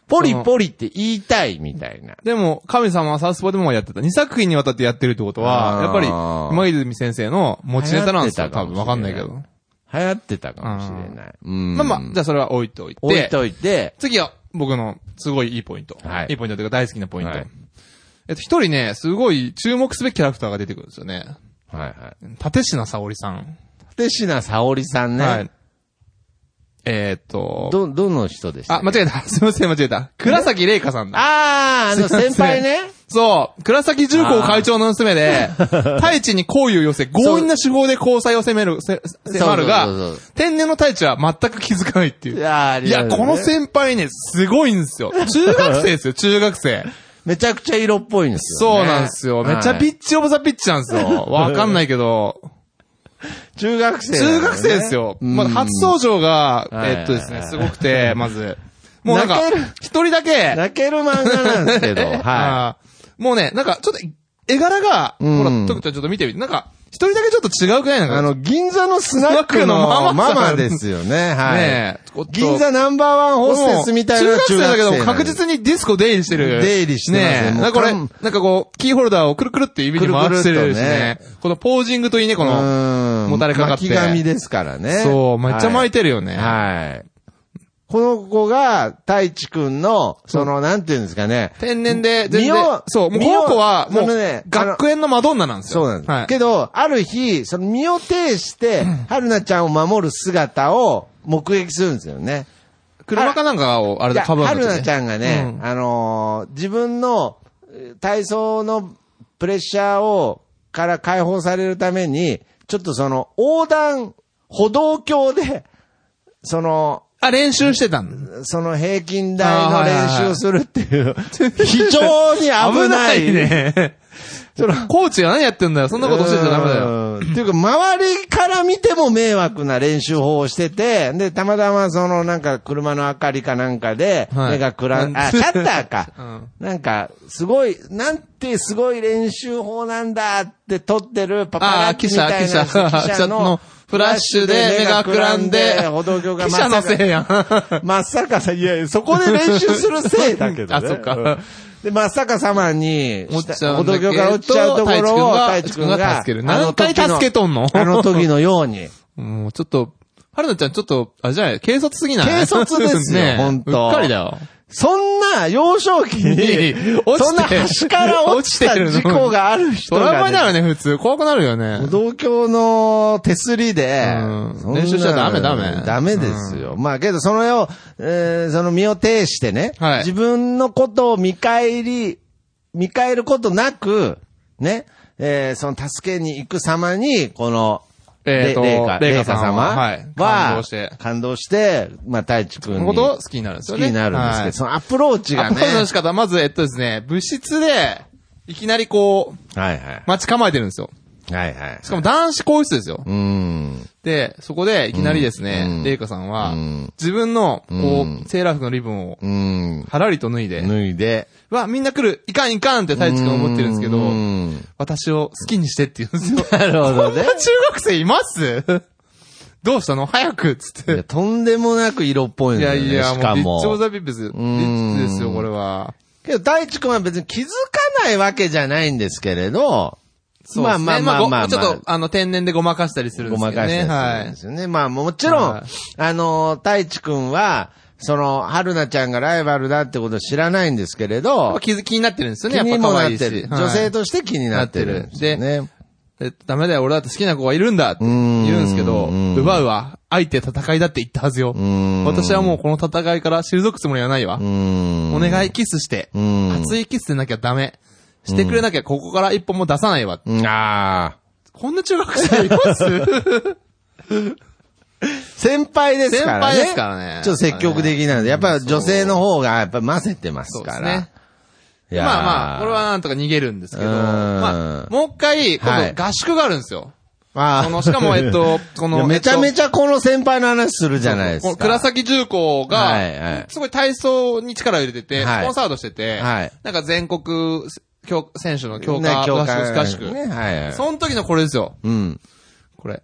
ポリポリって言いたいみたいな。でも、神様はサウスポーでもやってた。2作品にわたってやってるってことあは、ーやっぱり、今泉先生の持ちネタなんですよ。流行ってたかもしれない多分わかんないけど。流行ってたかもしれない。うん。まあまあ、じゃあそれは置いといて。置いといて、次は、僕の、すごいいいポイント。はいいポイントというか大好きなポイント。はいえっと、一人ね、すごい注目すべきキャラクターが出てくるんですよね。はいはい。立品沙織さん。手品沙織さんね。はい。えーっと、ど、どの人でしたあ、間違えた。 [LAUGHS] すいません、間違えた。倉崎玲香さんだ。ああ、あのすいませ先ん輩ね。そう、倉崎重工会長の娘で、 [LAUGHS] 太一に好意を寄せ、強引な手法で交際を攻める、せ迫るそうそうがそうそ、天然の太一は全く気づかないっていう。いやーありいがとうや、ねこの先輩ね、すごいんですよ。中学生 [LAUGHS] ですよ、中学生。めちゃくちゃ色っぽいんですよ、ね。そうなんですよ。めっちゃはいピッチオブザピッチなんですよ。わかんないけど。 [LAUGHS] 中学生、中学生ですよ。うんまあ、初登場が、はいえっとですね、すごくて、まず。もうなんか泣ける、一人だけ、泣ける漫画なんです [LAUGHS] けど、はあーもうね、なんか、ちょっと、絵柄が、うん。ほら、トクちゃんちょっと見てみて、なんか、一人だけちょっと違うくないないんあか、の、銀座のスナックのママですよね、はい。ねえちょっと銀座ナンバーワンホステスみたいなもう中学生だけども確に。実にディスコ出入りしてる。出入りしてますねねえもうなんかこれ、かなんんかこう、キーホルダーをくるくるって指に回してるしねくるく。このポージングといいね、この。うん。もたれかかって巻き髪ですからね。そう、めっちゃ巻いててるよね。はい。この子が、太一くんの、その、なんていうんですかね。天然で、全見よ然う。そう、もう見よこうの子は、もあのうね、学園のマドンナなんですよ。そうなんです。はい。けど、ある日、その身を挺 [LAUGHS] して、春菜ちゃんを守る姿を目撃するんですよね。車かなんかを、あれいでやカバー春菜ちゃんがね、うんあのー自分のえー体操のプレッシャーを、から解放されるために、ちょっとその、横断、歩道橋で、その、あ、練習してたんだ。その平均台の練習をするって [LAUGHS] いう、非常に危ない。危 [LAUGHS] ね。そのコーチが何やってんだよ。そんなことしてちゃダメだよ。うん。っていうか、周りから見ても迷惑な練習法をしてて、で、たまたまその、なんか、車の明かりかなんかで、はい目がくらん、 [LAUGHS] あ、シャッターか。なんか、すごい、なんてすごい練習法なんだって撮ってるパパあラあ、ッチ記みた者、いな記者、 [LAUGHS] 記者のフラッシュで目がくらんで、歩道橋が記真者っの逆せいやん。 [LAUGHS] 真っ逆さ、いやいや、そこで練習するせいだけどね。 [LAUGHS] あそっか。で、真っ逆さまに、落ちちゃ歩うんだ道けど橋から落ちちゃうところを、太太一一くくんんがが、助けるあの何回時助けとんのあの時のように。 [LAUGHS] もうちょっと、春菜ちゃんちょっと、あれじゃない、軽率すぎない軽率ですよ [LAUGHS] ねほんとうっかりだよ。、そんな幼少期に [LAUGHS] 落ちてそんな橋から落ちた事故がある人トラウマが、になるね、ね、普通。怖くなるよね歩。道橋の手すりでうん、そんな練習しちゃダメダメダメですよ。まあけど、そのよ、えーその身を挺してね、はい自分のことを見返り、見返ることなく、ね、えーその助けに行く様に、この、えーとレイカ、レレイイカカさん様はは、はい感動して感動して、まあ、太一くんそにのことを好きになるんで好すよきね。になるんですけど、はいそのアプローチがアプねローチの仕方、まず、えっとですね、物質で、いきなりこう、はいはい。待ち構えてるんですよ。はいはい。しかも男子更衣室ですよ。うーん。で、そこで、いきなりですうね、んレイカさんはうん、自分の、こうう、セーラー服のリボンを、うーん。はらりと脱いで、脱いで。わ、みんな来る、いかんいかんって太一君は思ってるんですけどう、ーん私を好きにしてって言うんですよ。 [LAUGHS] なるほど [LAUGHS] こんなね中。学生います [LAUGHS] どうしたの早くっつっいやて。とんでもなく色っぽいんいだやよね。いや、しもう、かビッチオブも。ザビップス、ビんッチですよ、これは。けど、大地君は別に気づかないわけじゃないんですけれど、そうですねまあまあまあまあまあごちょっと、あの、天然でごまかしたりするんでごすけまどかしね。たりするんですよね。まあもちろん、はいあの、大地君は、その、春菜ちゃんがライバルだってことを知らないんですけれはい。ど、気づ気になってるんですよ気ね、やっにもぱ可なっ愛いてし。る。はい女性として気になってるんですよね。えダメだよ、俺だって好きな子がいるんだって言うんですけど、うん奪うわ。相手戦いだって言ったはずよ。ん私はもうこの戦いから退くつもりはないわう。ん。お願いキスして。うん。熱いキスでなきゃダメ。してくれなきゃここから一歩も出さないわ。うんああ。こんな中学生います先輩 [LAUGHS] ですからね。先輩ですからねちょっと積極的なんで、やっぱ女性の方がやっぱ混ぜてますから。そうですねいやーまあまあ、これはなんとか逃げるんですけど、うーんまあ、もう一回、は今い度合宿があるんですよ。まあ、その、しかも、え [LAUGHS] っと、こいの、やめちゃめゃちゃこの先輩の話するじゃないですか。倉崎重工が、はいはいすごい体操に力を入れてて、はいスポンサードしてて、はいなんか全国強選手の強ね化強合化宿合宿、ね、はいはい。その時のこれですよ。うん。 [LAUGHS] これ。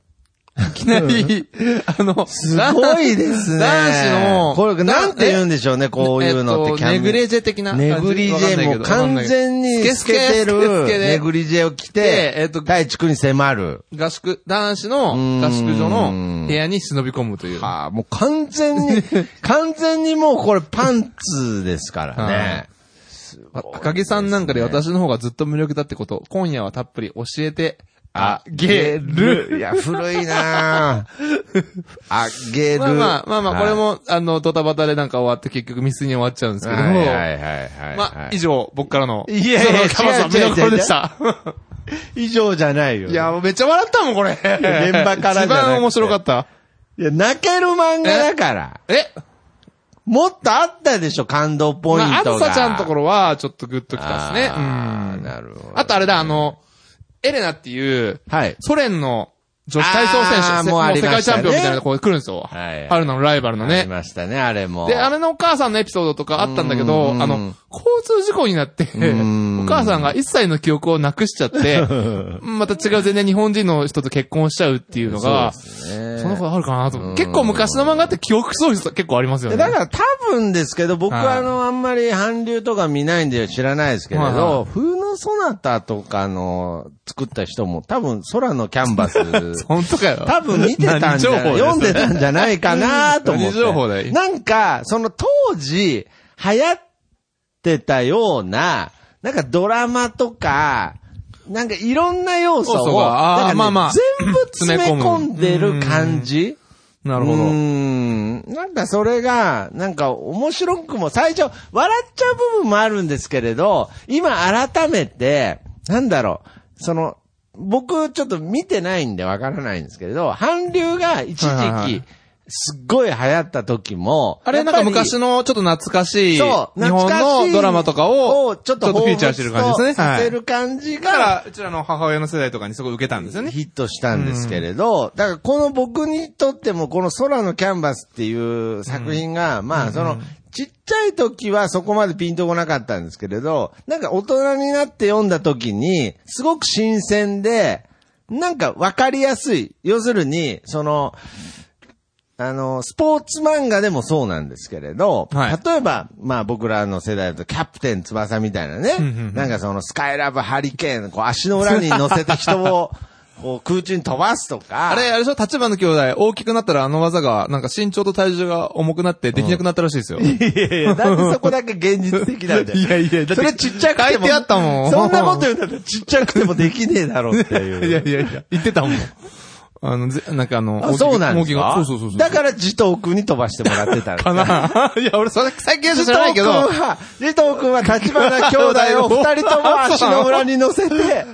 いき [LAUGHS] なり、あの、すごいですね。男子のこれ、なんて言うんでしょうね、こういうのって。えっとネグレジェ的な感じ。ネグリジェもう完全に透けてスケスケるスケネでグリジェを着でて、えっと大地区に迫る。合宿、男子の合宿所の部屋に忍び込むという。はあ、もう完全 [LAUGHS] に、完全にもうこれパンツですからはねい。赤木さんなんかで私の方がずっと無力だってこと、今夜はたっぷり教えてあげるいや、古いな [LAUGHS] ぁあげる。まあまあ、まあまあ、これはいも、あの、ドタバタでなんか終わって結局ミスに終わっちゃうんですけどはいも。はいはいはいはい。まあ、以上、僕からの。いやいやそのカバさん違う違う見どころでした。以上じゃないよ。いや、もうめっちゃ笑ったもん、これ。現場からじ一ゃなくて番面白かった。いや、泣ける漫画だから。えもっとあったでしょ、感動ポインまあ、あトが。ずさちゃんのところは、ちょっとグッときたあですね。うーん。なるほど。あとあれだ、あの、エレナっていう、はい。ソ連の女子体操あ選ー手、もうあ世りま界しチたねャンピオンみたいなとこ来るんですよ。はいはい春菜のライバルあのりね。ましたね、あれも。で、姉のお母さんのエピソードとかあったんだけうど、んあの、交通事故になって、んお母さんが一切の記憶をなくしち [LAUGHS] ゃって、また違う全然日本人の人と結婚しちゃうっていうのが、そそうですねんなことあるかなと思って。結構昔の漫画って記憶喪失結構ありますよね。だから多分ですけど、僕ははいあの、あんまり韓流とか見ないんで知らないですけれはいどは、風のソナタとかの作った人も多分空のキャンバス、本当かよ。多分見てたんじゃ、何情報だよ読んでたんじゃないかなと思っ何情報だて。よなんか、その当時流行ってたような、なんかドラマとか、なんかいろんな要素要素を、があーなんかねまあまあ全部詰め込んでる感じなるほうーど。ん。なんかそれが、なんか面白くも、最初、笑っちゃう部分もあるんですけれど、今改めて、なんだろう、その、僕ちょっと見てないんでわからないんですけれど、韓流が一時期、はいはいはいすっごい流行った時も、あれなんか昔の、のちょっと懐かしい、日そう、本懐かしいのドラマとかを、ちょっとフィーチャーしてる感じ彷彿でとすね。さはせい。る感じだかが、ら、うちらの母親の世代とかにすごい受けたんですよね。ヒットしたんですけれど、だからこの僕にとってもこの空のキャンバスっていう作品が、まあその、ちっちゃい時はそこまでピンとこなかったんですけれど、なんか大人になって読んだ時に、すごく新鮮で、なんかわかりやすい。要するに、その、あの、スポーツ漫画でもそうなんですけれど、はい例えば、まあ僕らの世代だとキャプテン翼みたいなね、なんかそのスカイラブハリケーン、こう足の裏に乗せて人 [LAUGHS] を、こう空中に飛ばすとか、あれ、あれでしょ立花兄弟、大きくなったらあの技が、なんか身長と体重が重くなってできなくなったらしいですよ。いやいや、なんでそこだけ現実的なんだよ。 [LAUGHS] いやいやだってそれちっちゃくても。書いてあったもんそんなこと言うんだったらちっちゃくてもできねえだろうっていう。 [LAUGHS] いやいやいや、言ってたもん。あの、ぜなんかあの、あそうなんで大すきく大かきくそうそうそうそう。だから、自藤君に飛ばしてもらってたんですかな [LAUGHS] いや、俺、それ、最近はジ知トらなーいけ君ど、は、ジトー君は立花兄弟を二人とも足の裏に乗せて、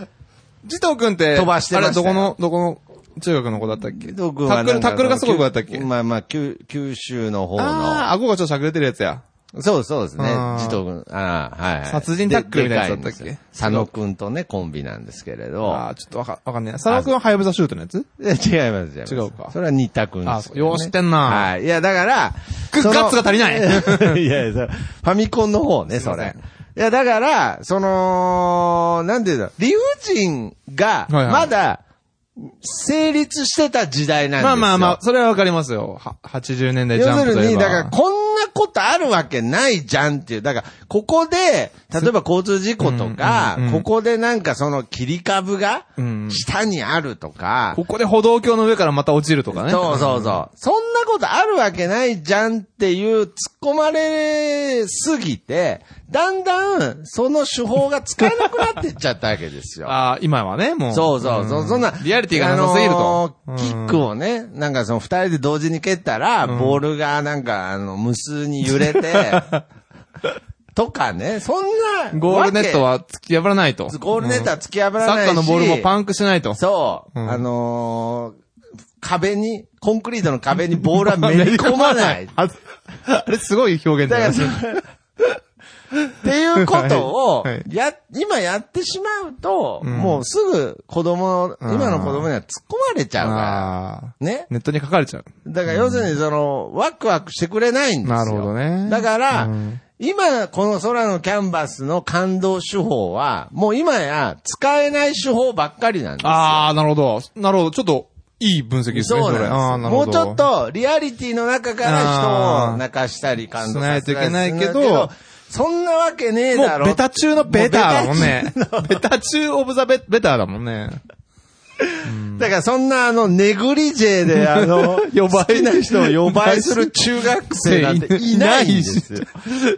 ジトー君って、飛ばしてましたよあれ、どこの、どこの、中学の子だったっけジタトー君はなッんクかル、タックルがすごい子だったっけまあまあ、九九州の方あの。あ、顎がちょっとしゃくれてるやつや。そうそうですねあ。ージトー君。ああ、はいはい。殺人タックルみたいなやつだったっけででかんですよ佐野君とね、コンビなんですけれあど。あ、ちょっとわか、わかんない。佐野くんはハヤブザシュートのやつ [LAUGHS] え違います、違います。違うかそれは新田君です、あそうよう知ってんなはい。いや、だから、[LAUGHS] くそのガッツが足りないいやいや、それファミコンの方ね、そすいまれ。いや、だから、その、なんていうんだろう、理不尽が、はいはいまだ、成立してた時代なんですまよ。あまあまあ、それはわかりますよ。は80年代ジャン要プすとるいえに、ば。だから、こんなことあるわけないじゃんっていう。だから、ここで、例えば交通事故とかうんうんう、んここでなんかその切り株がうん、下にあるとか、ここで歩道橋の上からまた落ちるとかね。そうそうそう。そんなことあるわけないじゃんっていう突っ込まれすぎて、だんだんその手法が使えなくなってっちゃったわけです [LAUGHS] よ。ああ、今はね、もう。そうそうそう。んそんな。リアリティがなさすぎると。あのーキックをね、なんかその二人で同時に蹴ったら、ボールがなんかあの、無数に揺れて、 [LAUGHS] とかね、そんなわけ。ゴールネットは突き破らないと。ゴールネットは突き破らサないッし、カーのボールもパンクしないと。そう。うんあのー壁に、コンクリートの壁 [LAUGHS] にボールはめり込まない。ああれすごい表現だだからよそねの、っていうことをはいはい、や、今やってしまうと、うんもうすぐ子供の、今の子供には突っ込まれちゃうかあら。ねー。ネットに書かれちゃう。だから要するにその、ワクワクしてくれないんですよ。なるほどねだからうん、今、この空のキャンバスの感動手法は、もう今や使えない手法ばっかりなんですよ。ああ、なるほど。なるほど。ちょっと、いい分析ですね、そうなんでれすあよーなるもほうどちょっと、リアリティの中から人をあー泣かしたり感動しなさいとせいたりけないけどするんだ、そんなわけねえもだう、ろ。ベタ中のベタだもんね。ベタ中オブザベ、ベタだもんね。だからそんなあの、ネグリジェであの、 [LAUGHS] 呼ば好いきな人を呼ばいする中学生なんていないんですよ。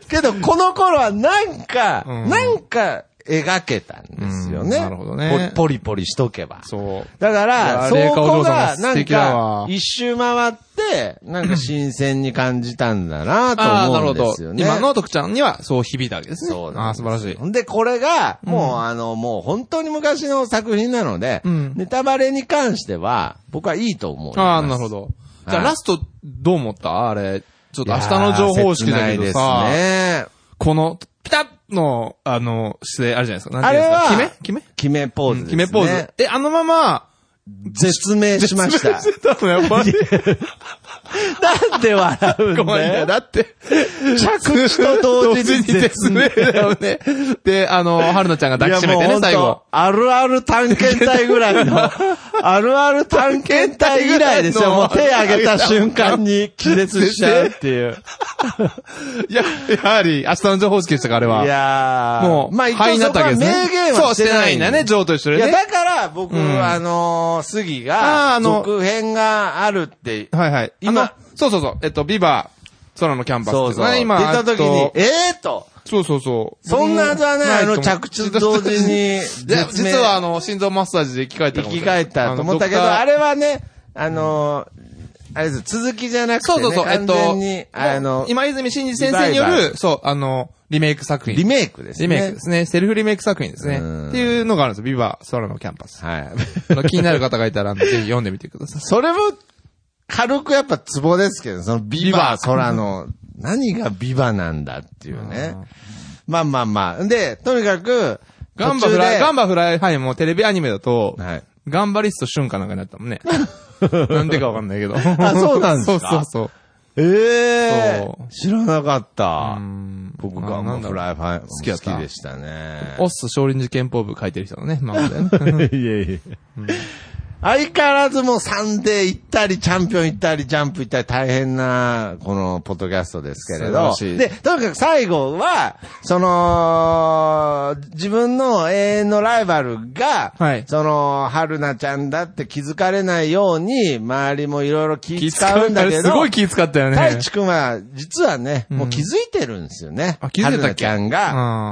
けど、この頃はなんか、うんなんか、描けたんですよね。うんなるほどねポポリポリしとけば。そう。だかいやら、ーそ麗華おこ嬢様が、な素ん敵だわか、一周回って、なんか新鮮に感じたんだなああ、となる思うほんでどすよ。ね。今の徳ちゃんにはそう響いたわけですね。そうあなあ、ん素晴らしい。ほんで、これが、もう、あの、もう本当に昔の作品なので、うんネタバレに関しては、僕はいいと思う。ああ、なるほ。ど。じゃあ、はいラスト、どう思ったあれ。ちょっと明日の情報式だいやーけどさ、切ないですね。この、ピタッの、あの、姿勢あるじゃないですか。なんあていれうんですかは、決め決め決めポーズうんです、決ね。めポーズ。え、あのまま、絶命しました。絶命してたの、やっぱり。なんで笑うんだよ怖いんだよ。だって、着地と同時に [LAUGHS] 絶命だよね。で、あの、春菜ちゃんがい抱やきしめてね、最後。。あるある探検隊ぐらい [LAUGHS] の、あるある探検隊以来ですよ。もう手挙げた瞬間に気絶しちゃうっていう。いや、やはり、明日の情報式でしたか、あれは。いやーもう、まあ一応そこは明言そはう、ししててなないいんだね、ジョーと一緒いでや、ね。だから僕、んあのー、杉あーがあ、の続編があるって、はいはい。今今、そうそうそう、えっと、ビバ、空のキャンバスそうとそう、かね、出今、た時あにと、ええと、そうそうそう。そんなはずはね、あの、着地と同時に。 [LAUGHS] いや、絶命実はあの、心臓マッサージで生き返った生かもきしれない返ったと思ったけど、あれれはね、あのー、あれです、続きじゃなくて、そうね、そうそう、えっ完と全に、、あの、今泉真司先生によリバイバる、そう、あの、リメイク作品。リメイクですね。リメイクですね。セルフリメイク作品ですね。うんっていうのがあるんですよ。ビバ、空のキャンパス。はい。あの気になる方がいたら、あのぜひ読んでみてください。それも、軽くやっぱツボですけど、そのビバ、空の、何がビバなんだっていうね。まあまあまあ。で、とにかく、ガンバフライ、ガンババフライハイもテレビアニメだと、はい。ガンバリスト瞬間なんかになった [LAUGHS] もんね。なんでかわかんないけど。あそうなんですかそうそうそう。ええそう知らなかったう。ん僕まあガンなバんだフろうライファイ好きだった好きでしたね。オッス少林寺拳法部書いてる人のね、まあ、ね。いえいえ。相変わらずもうサンデー行ったり、チャンピオン行ったり、ジャンプ行ったり、大変な、この、ポッドキャストですけれど素晴らし。いで、とにかく最後は、その、自分の永遠のライバルが、はいその、春菜ちゃんだって気づかれないように、周りもいろいろ気使うんだけど、すごい気使ったよね。太一くんは、実はね、もう気づいてるんですよね。あ気づいてたっ春菜ちけゃん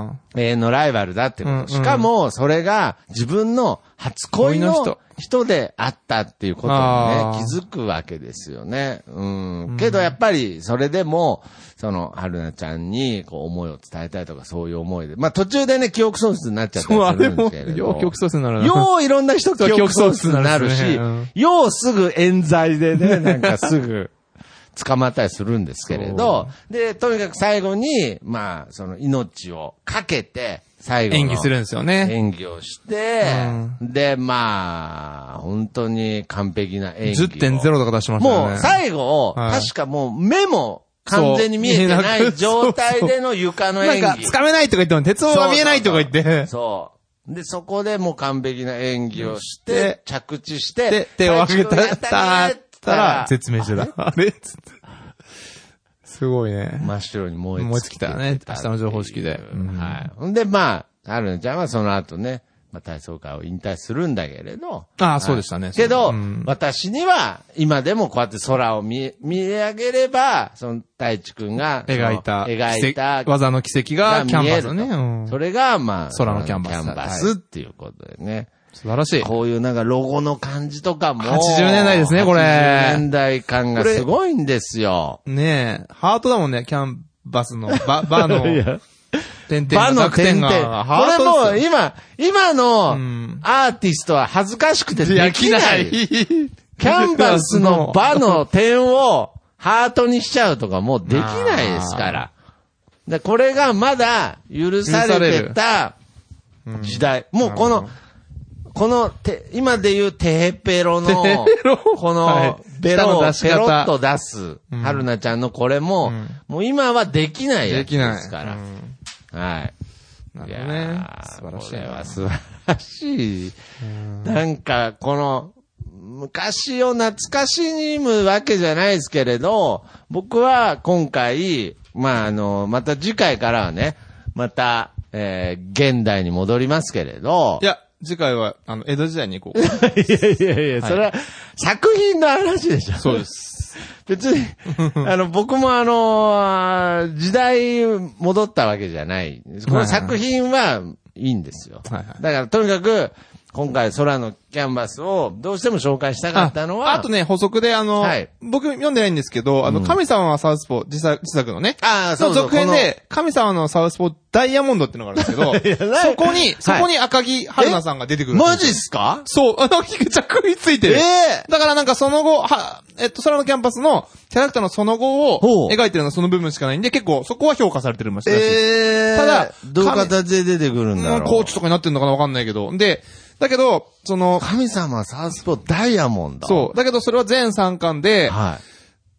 が、うん。永遠のライバルだってこと。うんうんしかも、それが自分の初恋恋のの人人であったっていうことにあねー、気づくわけですよね。うん。けどやっぱり、それでも、その、春菜ちゃんに、こう、思いを伝えたいとか、そういう思いで。まあ、途中でね、記憶喪失になっちゃったそう、ありすれるんでもすけれ、ど。よう曲奏する [LAUGHS] ならな。よういろんな人そう記憶喪失になる記憶喪し失になるんで、ようすぐ冤罪でね、 [LAUGHS] なんかすぐ捕まったりするんですけれど、で、とにかく最後に、まあ、その命をかけて、最後の演技するんですよね。演技をして、で、まあ、本当に完璧な演技を。 10.0とか出しましたよね。もう最後、はい確かもう目も完全に見えてなそう見えないく状態での床のなん演技。か、掴めないとか言っても、鉄棒が見えないとか言って。そう。で、そこでもう完璧な演技をしでて、着地して、で、手を上げ太一た、君やたっねーーっつったら、絶命してた。 [LAUGHS] あれつってすごいね。真っ白に燃え燃え尽きたね。明日の情報式で。うんはい。ほんで、まあ、春菜ちゃんはその後ね、まあ、体操界を引退するんだけれど、ああ、そうでしたね。けど、うん私には、今でもこうやって空を見、見上げれば、その、太一くんが、描いた、その描いた奇跡、技の奇跡がキャンバスだ見ね。えるとうんそれが、まあ、空のキャンバス空のキャンバスっていうことでね。素晴らしい。こういうなんかロゴの感じとかも。 80年代ですねこれ80年代感がすごいんですよ。ねえ、ハートだもんね、キャンバスの、 [LAUGHS] バ、バの、点々バ [LAUGHS] のの弱点点々。が、こハーれトもでう今、今のんアーティストは恥ずかしくてすでよ。きない。 [LAUGHS] キできない。ャンバス [LAUGHS] のバの点をハートにしちゃうとかもうできないですから。でこれがまだ許されてた時代。もうこの、このて、今で言うテヘペロの、テヘペロこはいの、ベロを舌の出しペ方ロッと出す、春菜ちゃんのこれも、んもう今はできないやでつきない。ですから。うんはい。ないるやほどね。ー素晴らしいこれな。は素晴らしい。なんか、この、昔を懐かしむわけじゃないですけれど、僕は今回、まあ、あの、また次回からはね、また、えー現代に戻りますけれど、いや、次回は、あの、江戸時代 [LAUGHS] に行こう。いやいやいや、それは、作品の話でしょ。そうです。別に、あの、僕もあのー時代戻ったわけじゃない。この作品は、いいんですよ。はいはいだから、とにかく、今回空のキャンバスをどうしても紹介したかったのは、あとね、補足で、あの、はい僕読んでないんですけど、あの、神様はサウスポー、自作、自作のね。ああ、そそうのそう続編で、神様のサウスポーダイヤモンドってのがあるんですけど、 [LAUGHS] このそこに、そこに赤木春菜さんが出てくるんですよマジっすかそう、あの、菊ちゃん食いついてえる。えだからなんかその後、は、えっと、空のキャンパスのキャラクターのその後ほをう描いてるのはその部分しかないんで、結構そこは評価されてるましえたし。えただどういう形で出てくるんだうんろう。コーチとかになってんのかなわかんないけど。で、だけど、その、神様はサウスポーダイヤモンド。そう。だけどそれは全3巻で、はい。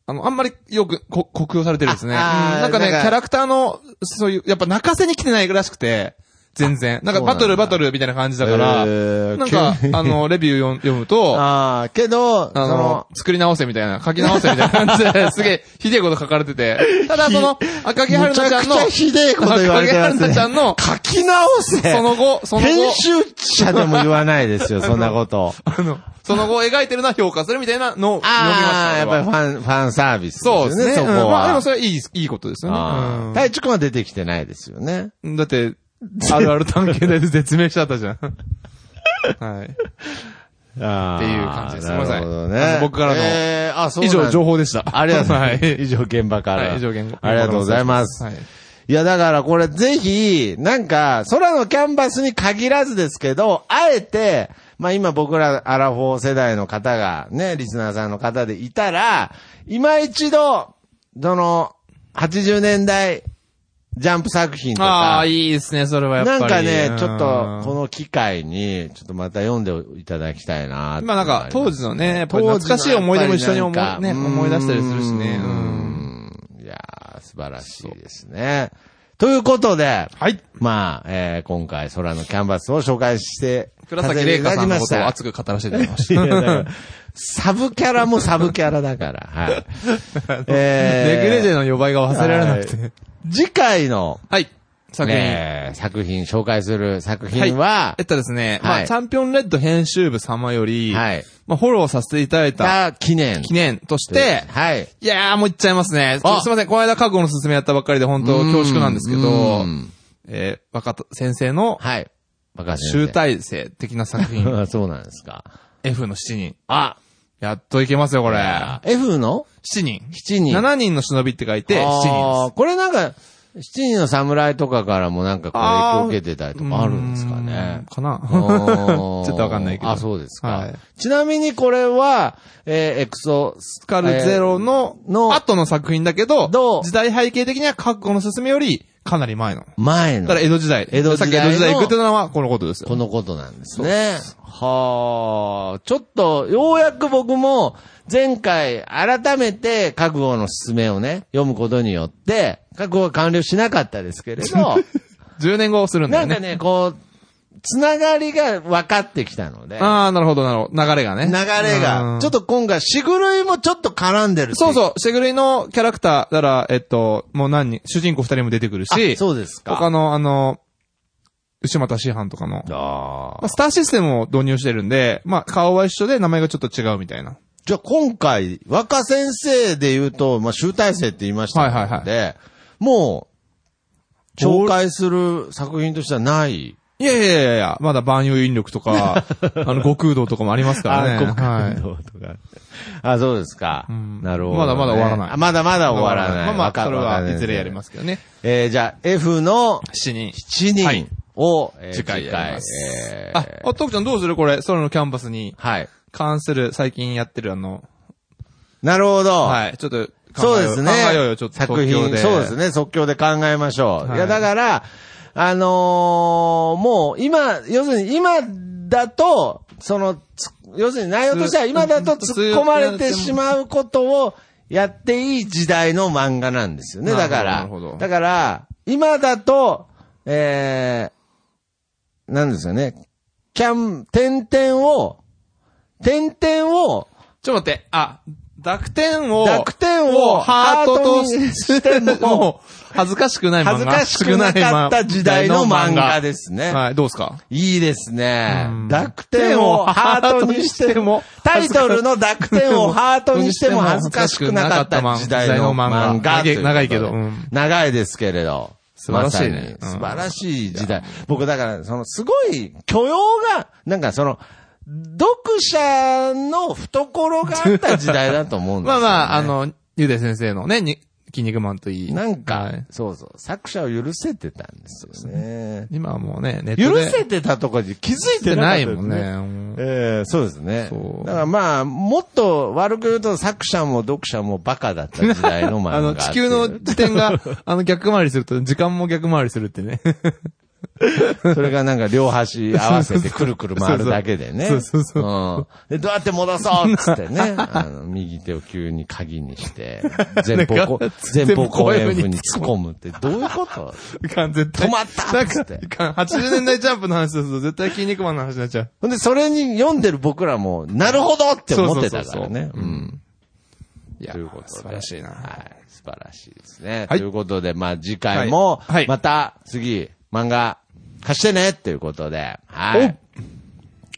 あの、あんまりよく、こ、酷評されてるんですね。うんああーなんかね、キなんかャラクターの、そういう、やっぱ泣かせに来てないらしくて、全然。なんかそうなんだバトルバトルみたいな感じだから、えーなんか、あの、レビュー読ん読 [LAUGHS] むと、ああ、けど、そあのの、、作り直せみたいな、書き直せみたいな感 [LAUGHS] じで、すげえ、ひでえこと書かれてて。ただ、その、赤木め春ち菜ちゃゃんくの、ちゃひでえこと言われてます赤木春菜ね。ちゃんの書き直せその後、その編後、集者でも言わないですよ、そんなこと。 [LAUGHS] あのその後描いてるのは評価するみたいなのを読みましたああ、。やっぱりフり。ァン、ファンサービスですそようでね、すね。そうんこは。まあ、でもそれはいい、いいことですよあーね太一くんは出てきてないですよね。うん。だって、あるある探検隊で絶命しちゃっ [LAUGHS] たじゃん。はい。ああ。っていう感じですなるほどね。すいませんあの僕からのえーあ、そう以なん上、情報でした。ありがとうございます。 [LAUGHS] はい以上、現場から。はい、以上言語。ありがとうございます。はい。いや、だからこれぜひ、なんか、空のキャンバスに限らずですけど、あえて、まあ今僕らアラフォー世代の方が、ね、リスナーさんの方でいたら、今一度、その、80年代ジャンプ作品とああ、か、いいですね、それはやっぱなり。んかねう、ちょっと、この機会に、ちょっとまた読んでいただきたいなまあなんか、当時のね、やっぱり懐かしい思い出も一緒に思い,、ね、思い出したりするしね。ううんん。いやー素晴らしいですね。ということで、はい。まあ、えー今回空のキャンバスを紹介して、倉崎玲香さんのことをさ熱く語らせ [LAUGHS] ていただきましせていた。ただきましたいやだからサブキャラもサブキャラだから、 [LAUGHS] はい。ネグレジえェの呼ばいが忘れられなくて。ー、次回の、はい。作品。ね、作品、紹介する作品はえ、っとですね、まはあ、いチャンピオンレッド編集部様より、はい。まあ、フォローさせていただいたが記念。記念として、はい。いやーもういっちゃいますね。すいあません、この間過去の勧めやったばっかりで本当恐縮なんですけどう、んえー、若田先生のはい。若先生集大成的な作 [LAUGHS] 品、あ [LAUGHS] そうなんですか。 F の7人。あ、やっといけますよ、これ。 F の7人。 7人。 7人の忍びって書いて、7人あでーこれなんか、七人の侍とかからもなんかこう影響を受けてたりす。とかあるんですかねうーん。かなちょ [LAUGHS] ちょっとわかんないけど。あ、そうですか。はいちなみにこれは、えーエクソススカルゼロの、えーの後の作品だけど、どう時代背景的には過去の進めよりかなり前の。だ前のから、江戸時代。江戸時代のさっき江戸時代行くってのはこのことですよ。このことなんですね。はあ、ちょっと、ようやく僕も、前回、改めて、覚悟の勧めをね、読むことによって、覚悟は完了しなかったですけれ [LAUGHS] ど、 10年後するんだなよんかね。ね、こう、つながりが分かってきたので、ああ、なるほど、なるほど。流れがね。流れが、ちょっとと。今回、しぐるいもちょっと絡んでるっていそうそう、シェグレイのキャラクター、だから、えっと、もう何人、主人公二人も出てくるあし、そうです他か。の、あの、牛又師範とかの、あまあ、スターシステムを導入してるんで、まあ、顔は一緒で名前がちょっと違うみたいな。じゃあ今回、若先生で言うと、まあ、集大成って言いましたので、はいはいもう、紹介する作品としてはない。いやいやいやいや、まだ万有引力と [LAUGHS] か、あの、悟空道とかもありますからね。はい。道とか。 [LAUGHS] あ、そうですか。んなるほど、まだまだ終わらないあまだまだ終わらない。まあまあ、若それはいずれや若先り生ますけどね。えーじゃあ、F の死に。 7は人いを、えー次回やりますえーあ、あ、徳ちゃんどうするこれ、空のキャンパスにはい。関する最近やってるあの、なるほど。はい、ちょっとそ考うえでよう、すね。考えようよ、ちょっと作東京品、で。そうです。ね。即興で考えましょう。はいい、や、だから、あのーもう、今、要するに今だと、その、つ要するに内容としてはつ今だとつ突っ込まれてしまうことをやっていい時代の漫画なんですよね。なるだほどなからるほど。だから、今だと、えー、なんですよね。キャン、点々を、点々を、ちょっと待って、あ、濁点を、濁点をハートとしてハートにして [LAUGHS] もも、恥ずかしくない漫画。恥ずかしくなかった時代の漫画ですね。はい、どうですかいいですねうん。濁点 [LAUGHS] をハートにしても、タイトルの濁点をハートにしても恥ずかしくなかった時代の漫画。長い長いけどうん長いですけれど。素晴らしいねまさにうん素晴らしい時代。僕だから、そのすごい許容が、なんかその、読者の懐があった時代だと思うんですよ、まあね。 [LAUGHS] まあ、あ、の、ゆで先生のね、に、筋肉マンといい。なんはかい、そうそう、作者を許せてたんですよね。今はもうね、ネット許で。せてたとかに気づいてなかったなでいすもんね。。うんええそうですねそ。うだからまあ、もっと悪く言うと作者も読者もバカだった時代の漫画。あの、[LAUGHS] 地球の時点が、 [LAUGHS] あの、逆回りすると、時間も逆回りするっ [LAUGHS] てね。それがなんか両端合わせてくるくる回るだけで [LAUGHS] ね。そうそうそううん。で、どうやって戻そうっつって [LAUGHS] ね。あの、右手を急に鍵に [LAUGHS] して、前方こなんか、前方後円墳に突っ込むって、どういうこと完全止まったなんっつか、っていかん80年代ジャンプの話すると、絶対筋肉マンの話になっちゃう。ほん [LAUGHS] で、それに読んでる僕らも、なるほどって思ってたからね。そうそうそうそううん。いやということで素晴らしいな。はい。素晴らしいですね。はいということで、まあ次回もはいはい、また次、漫画貸してねっていうことで、はい。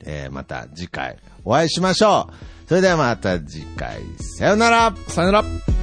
えー、また次回お会いしましょう。それではまた次回、さよならさよなら。